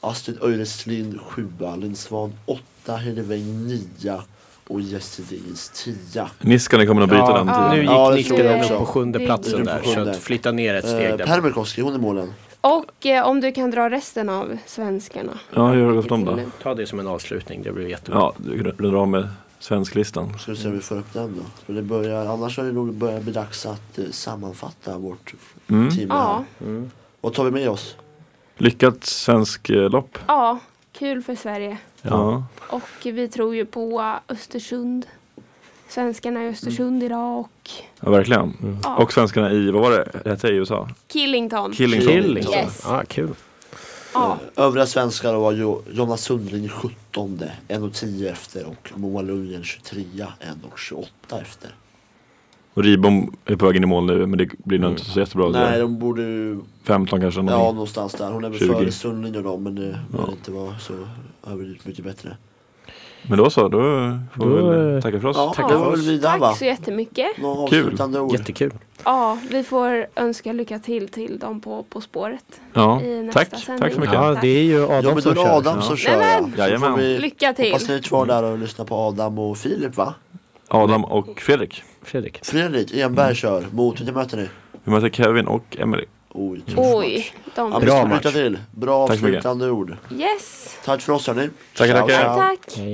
[SPEAKER 2] Astrid Öyres Lind sjua, Linn Svan åtta, Hedeving nia och Jesse Degens tia.
[SPEAKER 4] Niskanen kommer att bryta
[SPEAKER 6] Ja,
[SPEAKER 4] den tiden.
[SPEAKER 6] Nu gick
[SPEAKER 2] Ja, det tror jag
[SPEAKER 6] Niskanen upp
[SPEAKER 2] också.
[SPEAKER 6] på sjunde
[SPEAKER 5] Det
[SPEAKER 6] platsen
[SPEAKER 2] gick
[SPEAKER 6] där.
[SPEAKER 2] upp på
[SPEAKER 6] Så
[SPEAKER 2] sjunde.
[SPEAKER 6] att flytta ner ett steg
[SPEAKER 2] Eh,
[SPEAKER 6] där.
[SPEAKER 2] Permikoski, hon är målen.
[SPEAKER 5] Och eh, om du kan dra resten av svenskarna.
[SPEAKER 4] Ja, jag har gått om då.
[SPEAKER 6] Ta det som en avslutning, det blir jättebra.
[SPEAKER 4] Ja, du rundar av med svensklistan.
[SPEAKER 2] Ska vi se om vi får upp den då. För det börjar, annars har det nog börjat bli dags att eh, sammanfatta vårt
[SPEAKER 4] Mm.
[SPEAKER 2] team här.
[SPEAKER 5] Ja,
[SPEAKER 2] Vad tar vi med oss?
[SPEAKER 4] Lyckat svensk eh, lopp.
[SPEAKER 5] ja, kul för Sverige.
[SPEAKER 4] Ja.
[SPEAKER 5] Och vi tror ju på Östersund. Svenskarna
[SPEAKER 2] Mm.
[SPEAKER 5] i Östersund idag och
[SPEAKER 4] ja, verkligen.
[SPEAKER 5] Ja.
[SPEAKER 4] Och svenskarna i, vad var det hette i USA?
[SPEAKER 5] Killington.
[SPEAKER 4] Killington.
[SPEAKER 6] Killing.
[SPEAKER 5] Yes.
[SPEAKER 6] Ah, kul.
[SPEAKER 5] ja,
[SPEAKER 2] Övriga svenskar var jo, Jonas Sundling 17, 1 och 10 efter och Moa Lundgren 23, 1 och 28 efter.
[SPEAKER 4] Och Ribom är på väg in i mål nu, men det blir nog inte så jättebra.
[SPEAKER 2] Nej,
[SPEAKER 4] Nej,
[SPEAKER 2] de borde ju,
[SPEAKER 4] 15 kanske.
[SPEAKER 2] ja
[SPEAKER 4] Ja.
[SPEAKER 2] någonstans där. Hon är väl
[SPEAKER 4] 20.
[SPEAKER 2] före Sundling och dem men det ja. inte var så överdrivet mycket bättre.
[SPEAKER 4] Men då så, då får vi
[SPEAKER 6] Då,
[SPEAKER 4] väl
[SPEAKER 6] eh,
[SPEAKER 4] tacka för oss.
[SPEAKER 2] Ja,
[SPEAKER 6] Tackar
[SPEAKER 2] det
[SPEAKER 6] för
[SPEAKER 2] var väl
[SPEAKER 6] oss.
[SPEAKER 2] vi där va?
[SPEAKER 5] tack så jättemycket.
[SPEAKER 2] Några
[SPEAKER 4] Kul.
[SPEAKER 2] avslutande ord?
[SPEAKER 6] Jättekul.
[SPEAKER 5] Ja, vi får önska lycka till till dem på På spåret.
[SPEAKER 4] Ja,
[SPEAKER 5] i nästa
[SPEAKER 4] tack.
[SPEAKER 5] sändning.
[SPEAKER 4] Tack så mycket.
[SPEAKER 5] Ja,
[SPEAKER 6] Ja, det är ju
[SPEAKER 2] Ja
[SPEAKER 6] Adam
[SPEAKER 2] men då
[SPEAKER 6] som
[SPEAKER 2] är det
[SPEAKER 6] kör.
[SPEAKER 2] Adam
[SPEAKER 4] Ja.
[SPEAKER 2] som kör ja. Så
[SPEAKER 4] Jajamän.
[SPEAKER 2] får vi
[SPEAKER 5] Lycka till!
[SPEAKER 2] hoppas ni är kvar där och lyssnar på Adam och Filip va?
[SPEAKER 4] Adam och Fredrik.
[SPEAKER 6] Fredrik.
[SPEAKER 2] Fredrik Enberg kör mot, vilka möter ni?
[SPEAKER 4] Vi möter Kevin och Emily.
[SPEAKER 2] Oj, tuff match.
[SPEAKER 5] Oj,
[SPEAKER 2] Ja,
[SPEAKER 5] de...
[SPEAKER 2] men
[SPEAKER 6] Bra
[SPEAKER 2] stort
[SPEAKER 6] match.
[SPEAKER 2] Lycka till. Bra
[SPEAKER 4] Tack så mycket.
[SPEAKER 2] avslutande ord.
[SPEAKER 5] Yes!
[SPEAKER 2] Tack för oss hörni.
[SPEAKER 4] Tackar,
[SPEAKER 2] Ciao,
[SPEAKER 4] tackar.
[SPEAKER 2] ciao.
[SPEAKER 5] Tack!